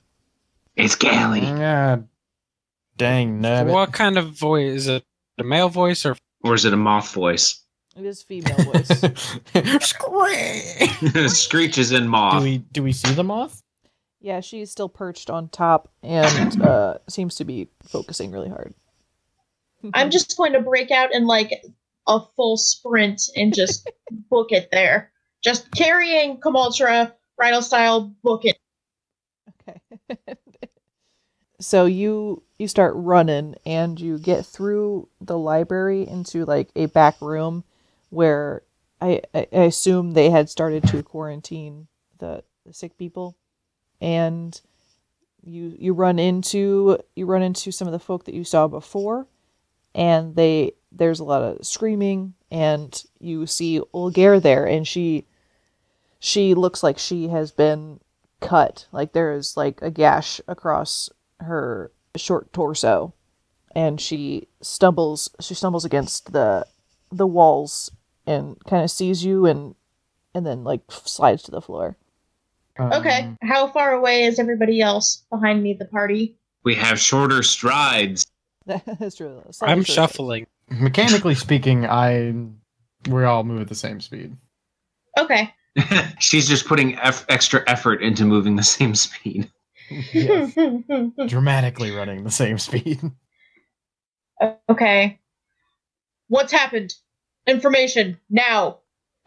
S2: It's Gally.
S4: Yeah. Dang, no.
S5: What kind of voice is it? A male voice or
S2: Or is it a moth voice?
S1: It is female voice.
S4: Scream.
S2: Screech is in
S4: Do
S2: moth.
S4: we do we see the moth?
S1: yeah, she's still perched on top and uh, seems to be focusing really hard.
S6: I'm just going to break out in like a full sprint and just book it there. Just carrying Kamaltra bridal style, book it.
S1: Okay. so you you start running and you get through the library into like a back room where I, I I assume they had started to quarantine the, the sick people and you you run into you run into some of the folk that you saw before and they there's a lot of screaming and you see Olgair there and she she looks like she has been cut. Like there is like a gash across her short torso, and she stumbles. She stumbles against the the walls and kind of sees you and and then like slides to the floor.
S6: Okay.
S4: Um,
S6: How far away is everybody else behind me, the party?
S2: We have shorter strides.
S1: That's true. though. Slightly
S5: I'm
S1: shorter.
S5: shuffling.
S4: mechanically speaking, I we all move at the same speed.
S6: Okay.
S2: She's just putting eff- extra effort into moving the same speed.
S4: Yes. Dramatically running the same speed.
S6: okay. What's happened? Information now.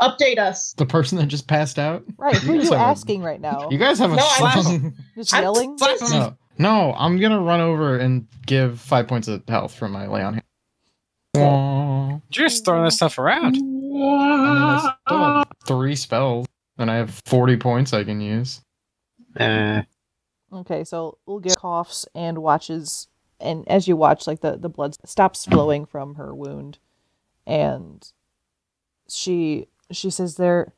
S6: Update us.
S4: The person that just passed out.
S1: Right, who are you
S4: Sorry.
S1: asking right now?
S4: You guys haven't
S6: No, I'm
S4: slept.
S1: Just
S6: I'm
S1: yelling.
S6: just-
S4: No, no, I'm gonna run over and give five points of health from my lay on hand. Wah.
S5: You're just throwing
S1: Mm-hmm.
S5: that stuff around.
S4: I mean, I still have three spells, and I have forty points I can use.
S5: Uh,
S1: Okay, so Ulgir coughs and watches, and as you watch, like the the blood stops flowing from her wound, and she she says they're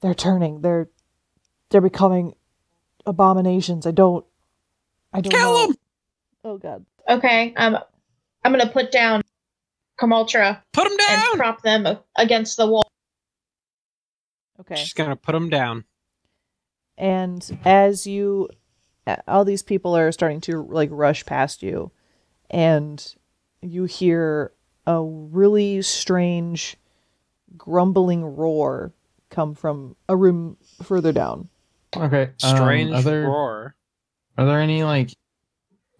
S1: they're turning, they're they're becoming abominations. I don't, I don't
S5: Kill
S1: know.
S5: 'em!
S1: Oh God,
S6: Okay. Um, I'm gonna put down Kamaltra
S5: put him
S6: and
S5: down.
S6: prop them a- against the wall.
S1: okay.
S5: She's gonna put him down.
S1: and as you all these people are starting to like rush past you and you hear a really strange grumbling roar come from a room further down.
S4: Okay. um,
S5: Strange
S4: are there
S5: roar.
S4: are there any like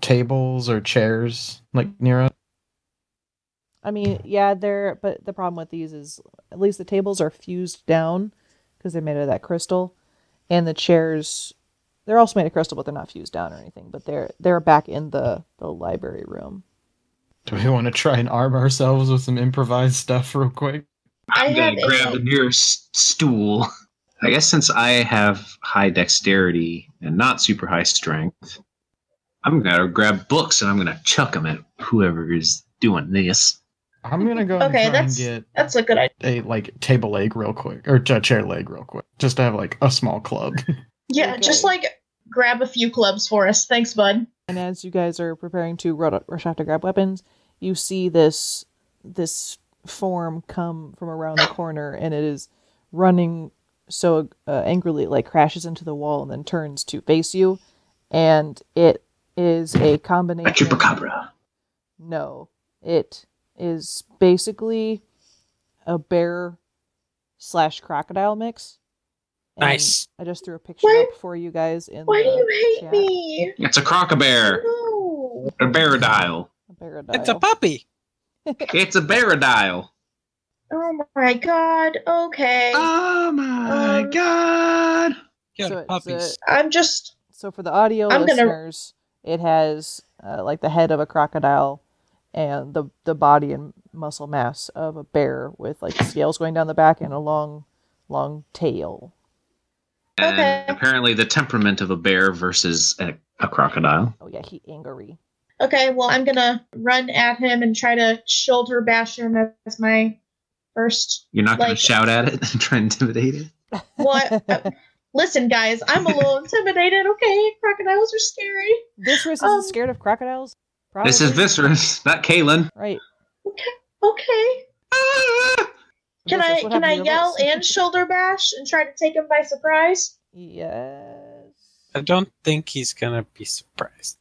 S4: tables or chairs like near us?
S1: I mean, yeah, they're but the problem with these is at least the tables are fused down because they're made out of that crystal, and the chairs they're also made of crystal, but they're not fused down or anything. But they're they're back in the the library room.
S4: Do we want to try and arm ourselves with some improvised stuff real quick?
S6: I
S2: I'm
S6: have
S2: gonna grab
S6: a-
S2: the nearest stool. I guess since I have high dexterity and not super high strength, I'm gonna grab books and I'm gonna chuck them at whoever is doing this.
S4: I'm gonna go and
S6: Okay,
S4: try
S6: that's-
S4: and get
S6: That's a good
S4: a
S6: idea.
S4: like table leg real quick or a chair leg real quick, just to have like a small club.
S6: Yeah,
S1: Okay.
S6: just like grab a few clubs for us. Thanks, bud.
S1: And as you guys are preparing to ru- rush out to grab weapons, you see this this form come from around the corner, and it is running so uh, angrily, it, like crashes into the wall and then turns to face you, and it is a
S2: A
S1: combination.
S2: chupacabra.
S1: No, it is basically a bear slash crocodile mix. And
S5: Nice.
S1: I just threw a picture
S6: Why-
S1: up for you guys in
S6: Why do
S1: the
S6: you hate
S1: chat.
S6: me?
S2: It's a crocobear.
S6: No.
S2: A baradile.
S1: A bear-a-dial.
S5: It's a puppy.
S2: It's a baradile.
S6: Oh my god. Okay.
S2: Oh my
S6: Um,
S2: god.
S5: Yeah,
S1: So it's
S5: puppies.
S6: I'm just.
S1: So for the audio
S6: I'm gonna-
S1: listeners, it has uh, like the head of a crocodile and the the body and muscle mass of a bear with like scales going down the back and a long long tail.
S2: And
S6: Okay.
S2: apparently the temperament of a bear versus a, a crocodile.
S1: Oh yeah, he angry.
S6: Okay, well, I'm gonna run at him and try to shoulder bash him as my first.
S2: You're not gonna
S6: Like-
S2: shout at it and try and intimidate it.
S6: What? uh, listen, guys, I'm a little intimidated. Okay, crocodiles are scary.
S1: Viscerus isn't
S6: Um,
S1: scared of crocodiles. Probably.
S2: This is Viscerus, not Kalen.
S1: Right.
S6: Okay.
S2: Ah!
S6: Can
S1: Viscerus,
S6: I
S1: what
S6: can
S1: happened
S6: I
S1: to your
S6: yell
S1: lips?
S6: and shoulder bash and try to take him by surprise?
S5: I
S2: Uh,
S1: Yes.
S5: don't think he's gonna be surprised.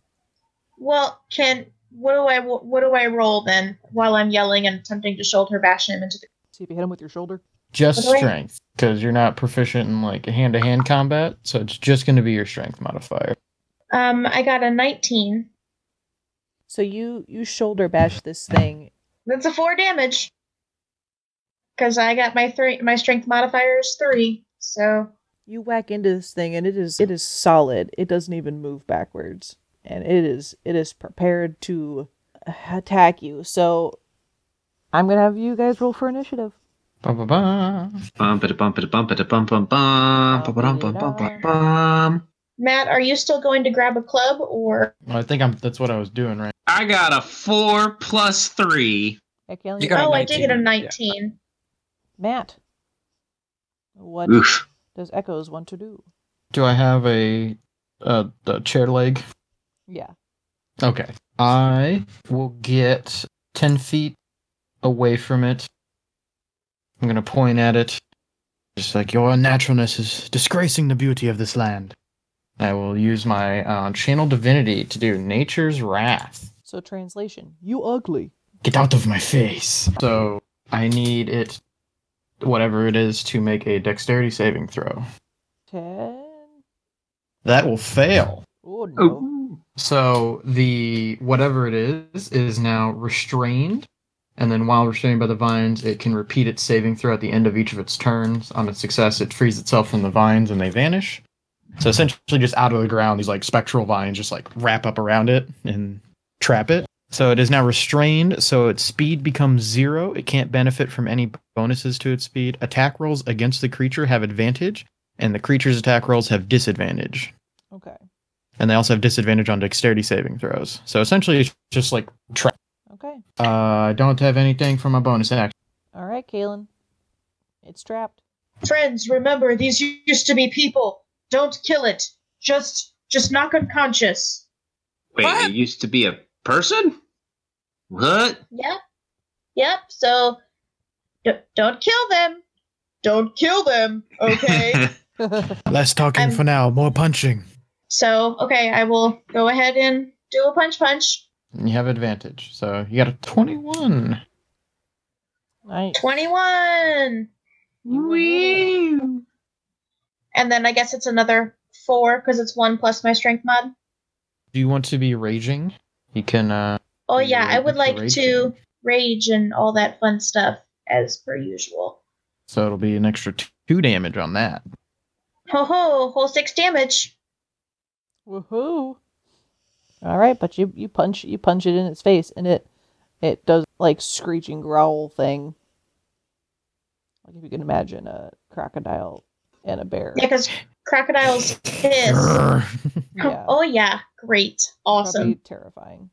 S6: Well, can what do I what do I roll then while I'm yelling and attempting to shoulder bash him into the
S1: See if you hit him with your shoulder.
S4: Just
S6: By the way-
S4: strength, because you're not proficient in like hand to hand combat, so it's just going to be your strength modifier.
S6: Um, I got a 19.
S1: So you you shoulder bash this thing.
S6: That's a four damage. Cause I got my three my strength modifier is three. So
S1: You whack into this thing and it is it is solid. It doesn't even move backwards. And it is it is prepared to attack you. So I'm gonna have you guys roll for initiative.
S4: Ba ba ba.
S2: Bum ba bum ba bum ba bum bum bum ba bum bum bum bum bum.
S6: Matt, are you still going to grab a club or
S4: Well, I think I'm. That's what I was doing, right?
S2: I got a four plus three.
S1: Yeah, Kaylin,
S5: You
S1: you're
S5: got
S1: up.
S6: Oh
S5: a
S6: I did get a
S5: 19, yeah.
S6: nineteen.
S1: Matt. What
S2: Oof.
S1: does Echoes want to do?
S4: Do I have a uh the chair leg?
S1: Yeah.
S4: Okay. I will get ten feet away from it. I'm gonna point at it. Just like your unnaturalness is disgracing the beauty of this land. I will use my uh, channel divinity to do nature's wrath.
S1: So translation, you ugly.
S4: Get out of my face. So I need it, whatever it is, to make a dexterity saving throw.
S1: Ten
S4: That will fail.
S1: Oh no.
S2: Ooh.
S4: So the whatever it is is now restrained, and then while restrained by the vines, it can repeat its saving throw at the end of each of its turns. On its success, it frees itself from the vines and they vanish. So essentially, just out of the ground, these like spectral vines just like wrap up around it and trap it. So it is now restrained. So its speed becomes zero. It can't benefit from any bonuses to its speed. Attack rolls against the creature have advantage, and the creature's attack rolls have disadvantage
S1: Okay.
S4: and they also have disadvantage on dexterity saving throws. So essentially, it's just like trap.
S1: Okay.
S4: Uh, I don't have anything for my bonus action.
S1: All right, Kaylin. It's trapped.
S6: Friends, remember these used to be people. Don't kill it. Just just knock unconscious.
S2: Wait,
S5: What?
S2: it used to be a person? What?
S6: Yep. Yep. So d- don't kill them. Don't kill them. Okay.
S4: Less talking
S6: I'm-
S4: for now, more punching.
S6: So, okay, I will go ahead and do a punch punch.
S3: And you have advantage. So you got a 21.
S1: Nice.
S6: 21! And then I guess it's another four because it's one plus my strength mod.
S3: Do you want to be raging? You can uh
S6: Oh,
S3: Ooh,
S6: yeah, I would
S3: that's
S6: like
S3: rage
S6: to
S3: damage.
S6: rage and all that fun stuff as per usual.
S3: so it'll be an extra t- two damage on that.
S6: Ho ho, whole six damage.
S1: Woohoo! All right, but you you punch you punch it in its face, and it it does like screeching growl thing. Like if you can imagine a crocodile and a bear.
S6: Yeah, because crocodiles hiss.
S1: Yeah.
S6: Oh, yeah, great.
S1: That'd
S6: Awesome.
S1: be terrifying.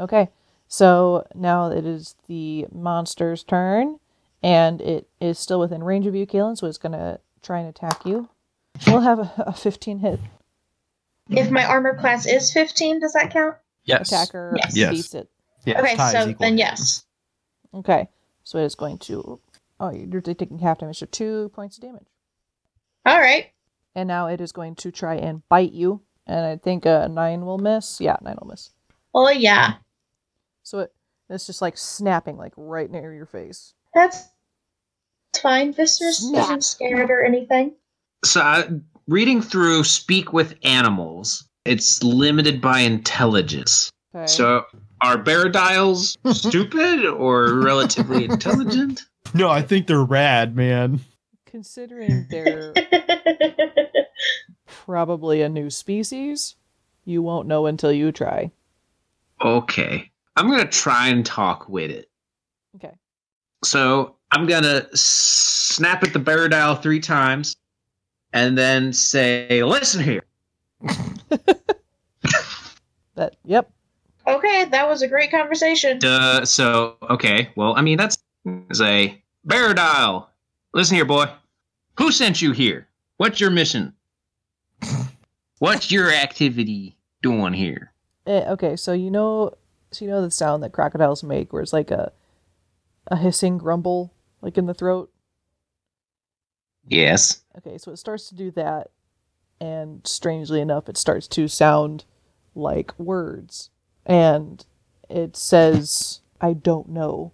S1: Okay, so now it is the monster's turn, and it is still within range of you, Kalen, so it's gonna try and attack you. We'll have a, a 15 hit
S6: If my armor class is 15, does that count?
S5: Yes.
S1: attacker
S6: Yes.
S3: Yes.
S1: beats it.
S3: Yeah,
S6: okay,
S3: ties
S6: so
S3: equal
S6: then
S3: hits.
S6: yes.
S1: Okay, so it is going to. Oh, you're taking half damage, so two points of damage.
S6: All right.
S1: And now it is going to try and bite you. And I think a nine will miss. Yeah, nine will miss.
S6: Oh, yeah.
S1: So it it's just like snapping, like right near your face.
S6: That's it's fine. Viscer's
S1: Snap.
S6: isn't scared or anything.
S2: So, uh, reading through Speak with Animals, it's limited by intelligence.
S1: Okay.
S2: So, are Baradiles stupid or relatively intelligent?
S4: No, I think they're rad, man.
S1: Considering they're probably a new species, you won't know until you try.
S2: Okay. I'm going to try and talk with it.
S1: Okay.
S2: So I'm gonna snap at the bear dial three times, and then say, "Listen here."
S1: That yep.
S6: okay, that was a great conversation.
S2: Duh. So okay, well, I mean that's say bear dial. Listen here, boy. Who sent you here? What's your mission? What's your activity doing here?
S1: Eh, okay, so you know so you know the sound that crocodiles make where it's like a a hissing grumble like in the throat.
S2: Yes.
S1: Okay, so it starts to do that, and strangely enough, it starts to sound like words. And it says, I don't know.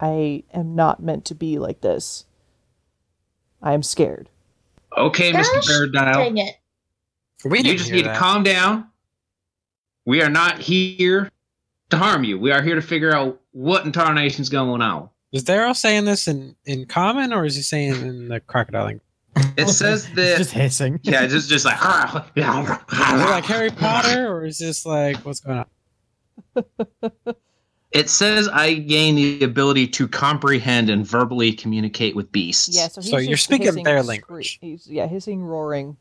S1: I am not meant to be like this. I am scared.
S2: Okay,
S6: Gosh,
S2: Mr. Bear Dial.
S6: Dang it.
S5: We
S2: You
S5: didn't
S2: just
S5: hear
S2: need to
S5: that.
S2: calm down. We are not here to harm you. We are here to figure out what in tarnation's going on.
S5: Is Daryl saying this in, in common or is he saying it in the crocodile language?
S2: It says that.
S4: It's just hissing.
S2: yeah, just just like.
S5: Is it like Harry Potter or is this like what's going on?
S2: It says I gain the ability to comprehend and verbally communicate with beasts.
S1: Yeah, so he's
S5: So you're
S1: just
S5: speaking
S1: hissing,
S5: their
S1: scre-
S5: language.
S1: he's- yeah, hissing, roaring.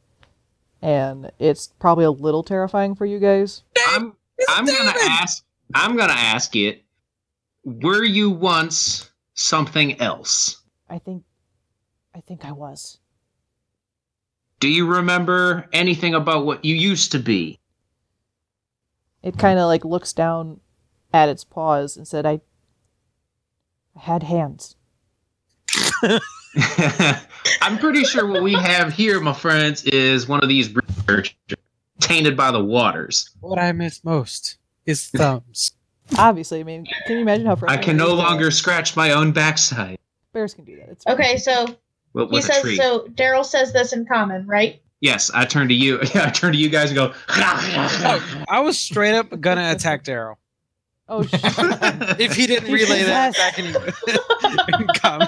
S1: And it's probably a little terrifying for you guys.
S2: I'm I'm gonna ask. I'm gonna ask it. Were you once something else?
S1: I think. I think I was.
S2: Do you remember anything about what you used to be?
S1: it kind of like looks down at its paws and said, "I, I had hands."
S2: I'm pretty sure what we have here, my friends, is one of these researchers tainted by the waters.
S5: What I miss most is thumbs.
S1: Obviously, I mean, can you imagine how
S2: I
S1: frustrating?
S2: can no
S1: it is that
S2: longer scratch my own backside.
S1: Bears can do that. It's fine.
S6: Okay, so
S2: What
S6: he
S2: was a
S6: says
S2: tree?
S6: so Daryl says this in common, right?
S2: Yes, I turn to you. I turn to you guys and go.
S5: Oh, I was straight up gonna attack Daryl.
S1: Oh, sh-
S5: If he didn't relay that back in, in common.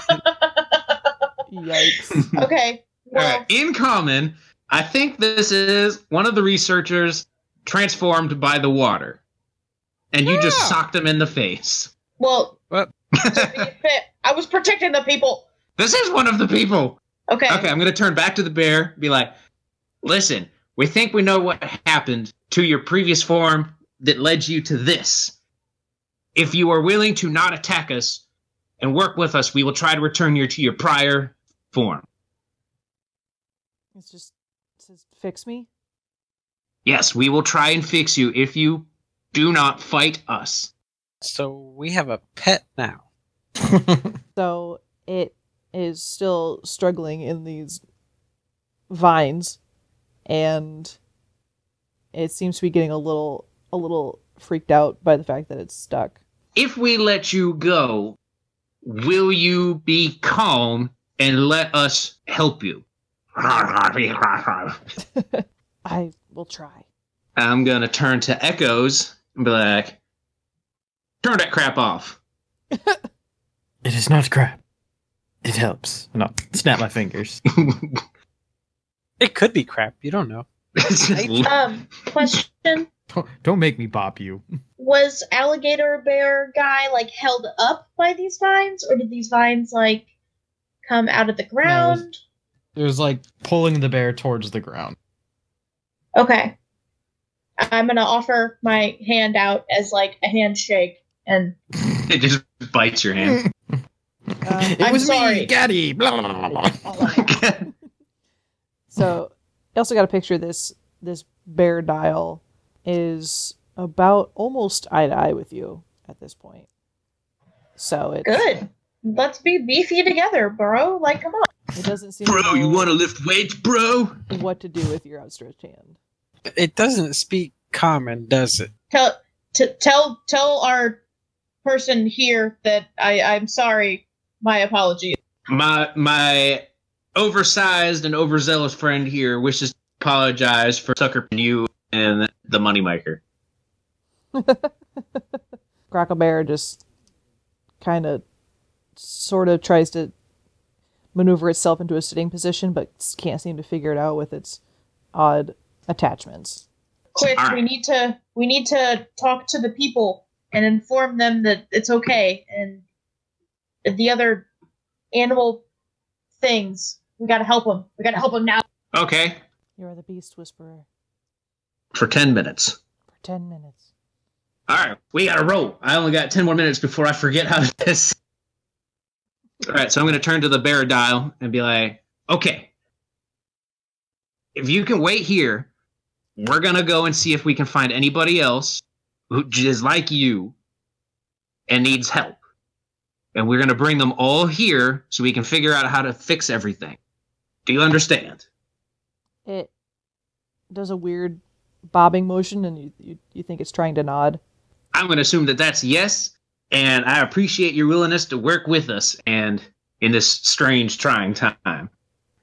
S1: yikes!
S6: Okay.
S2: Hmm. All
S6: Well,
S2: right. In common, I think this is one of the researchers transformed by the water, and you just
S5: Yeah.
S2: socked him in the face.
S6: well,
S2: this
S6: I was protecting the people.
S2: is one of the people.
S6: Okay.
S2: Okay, I'm gonna turn back to the bear. and Be like, listen, we think we know what happened to your previous form that led you to this. If you are willing to not attack us and work with us, we will try to return you to your prior form.
S1: It's just it says, "Fix me."
S2: Yes, we will try and fix you if you do not fight us.
S5: So we have a pet now.
S1: So it is still struggling in these vines, and it seems to be getting a little a little freaked out by the fact that it's stuck.
S2: If we let you go, will you be calm and let us help you? I'm
S1: I will try.
S2: gonna turn to Echoes and be like, turn that crap off.
S4: It is not crap. It helps. And I'll snap my fingers.
S5: It could be crap. You don't know.
S2: It's just-
S6: Um, question:
S4: Don't, don't make me bop you.
S6: Was alligator bear guy like held up by these vines, or did these vines like come out of the ground?
S3: It was like pulling the bear towards the ground.
S6: Okay, I'm gonna offer my hand out as like a handshake, and
S2: it just bites your hand.
S1: Um,
S6: I'm sorry.
S4: Gaddy. Blah, blah, blah, blah.
S1: So I also got a picture of this this bear dial is about almost eye to eye with you at this point. So it
S6: Good. Let's be beefy together, bro. Like, come on.
S1: it doesn't seem to
S2: bro, you
S1: know
S2: wanna lift weights, bro?
S1: what to do with your outstretched hand.
S5: It doesn't speak common, does it?
S6: Tell, t- tell, tell our person here that I, I'm sorry. My apology.
S2: My my oversized and overzealous friend here wishes to apologize for sucker you and the moneymaker.
S1: Crackle Bear just kind of sort of tries to maneuver itself into a sitting position but s- can't seem to figure it out with its odd attachments.
S6: Quick,
S2: All right.
S6: we need to, we need to talk to the people and inform them that it's okay and the other animal things. We gotta help them. We gotta help them now.
S2: Okay.
S1: You are the beast whisperer
S2: For ten minutes.
S1: for 10 minutes.
S2: All right, we gotta roll. I only got ten more minutes before I forget how to this. All right, so I'm gonna turn to the bear dial and be like, "Okay, if you can wait here, we're gonna go and see if we can find anybody else who is like you and needs help, and we're gonna bring them all here so we can figure out how to fix everything. Do you understand?
S1: It does a weird bobbing motion and you, you, you think it's trying to nod.
S2: I'm gonna assume that that's yes, and I appreciate your willingness to work with us and." In this strange, trying time.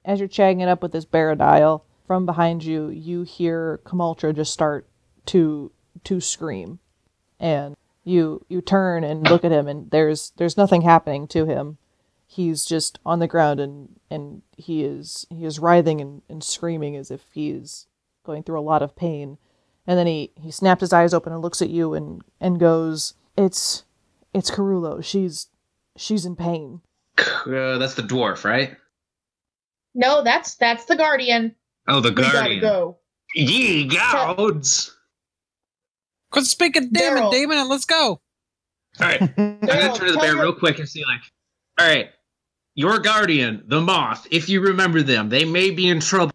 S1: As you're chagging it up with this bear dial, from behind you, you hear Kamultra just start to to scream. And you you turn and look at him and there's there's nothing happening to him. He's just on the ground and, and he is he is writhing and, and screaming as if he is going through a lot of pain. And then he, he snaps his eyes open and looks at you and, and goes, It's it's Carullo. She's she's in pain.
S2: Uh, that's the dwarf, right?
S6: No, that's that's the guardian.
S2: Oh, the
S6: We gotta
S2: guardian.
S6: go.
S2: Ye gods!
S5: Quit speaking, Damon,
S6: Daryl.
S5: Damon, and let's go.
S2: All right, I'm gonna
S6: Daryl,
S2: turn to the
S6: tell
S2: bear
S6: your-
S2: real quick and see like, all right, your guardian, the moth. If you remember them, they may be in trouble.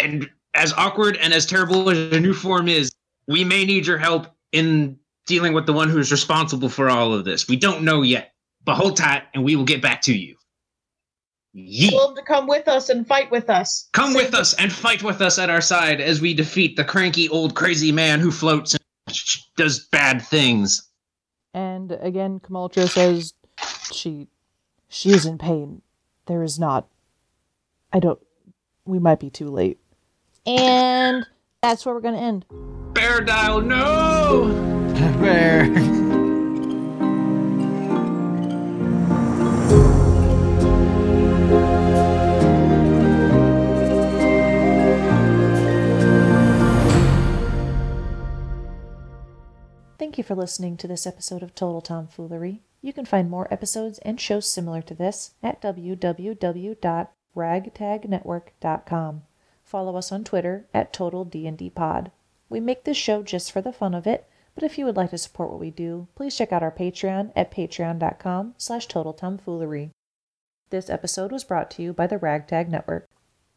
S2: And as awkward and as terrible as the new form is, we may need your help in dealing with the one who is responsible for all of this. We don't know yet, but hold tight, and we will get back to you. Ye.
S6: Tell him to come with us and fight with us.
S2: Come with us and fight with us at our side as we defeat the cranky old crazy man who floats and does bad things.
S1: And again, Kamaltra says she she is in pain. There is not. I don't. We might be too late. And that's where we're gonna end.
S2: Bear Dial, no!
S4: Bear.
S11: Thank you for listening to this episode of Total Tomfoolery. You can find more episodes and shows similar to this at www.ragtagnetwork.com. Follow us on Twitter at Total D&D Pod. We make this show just for the fun of it, but if you would like to support what we do, please check out our Patreon at patreon.com slash totaltomfoolery. This episode was brought to you by the Ragtag Network.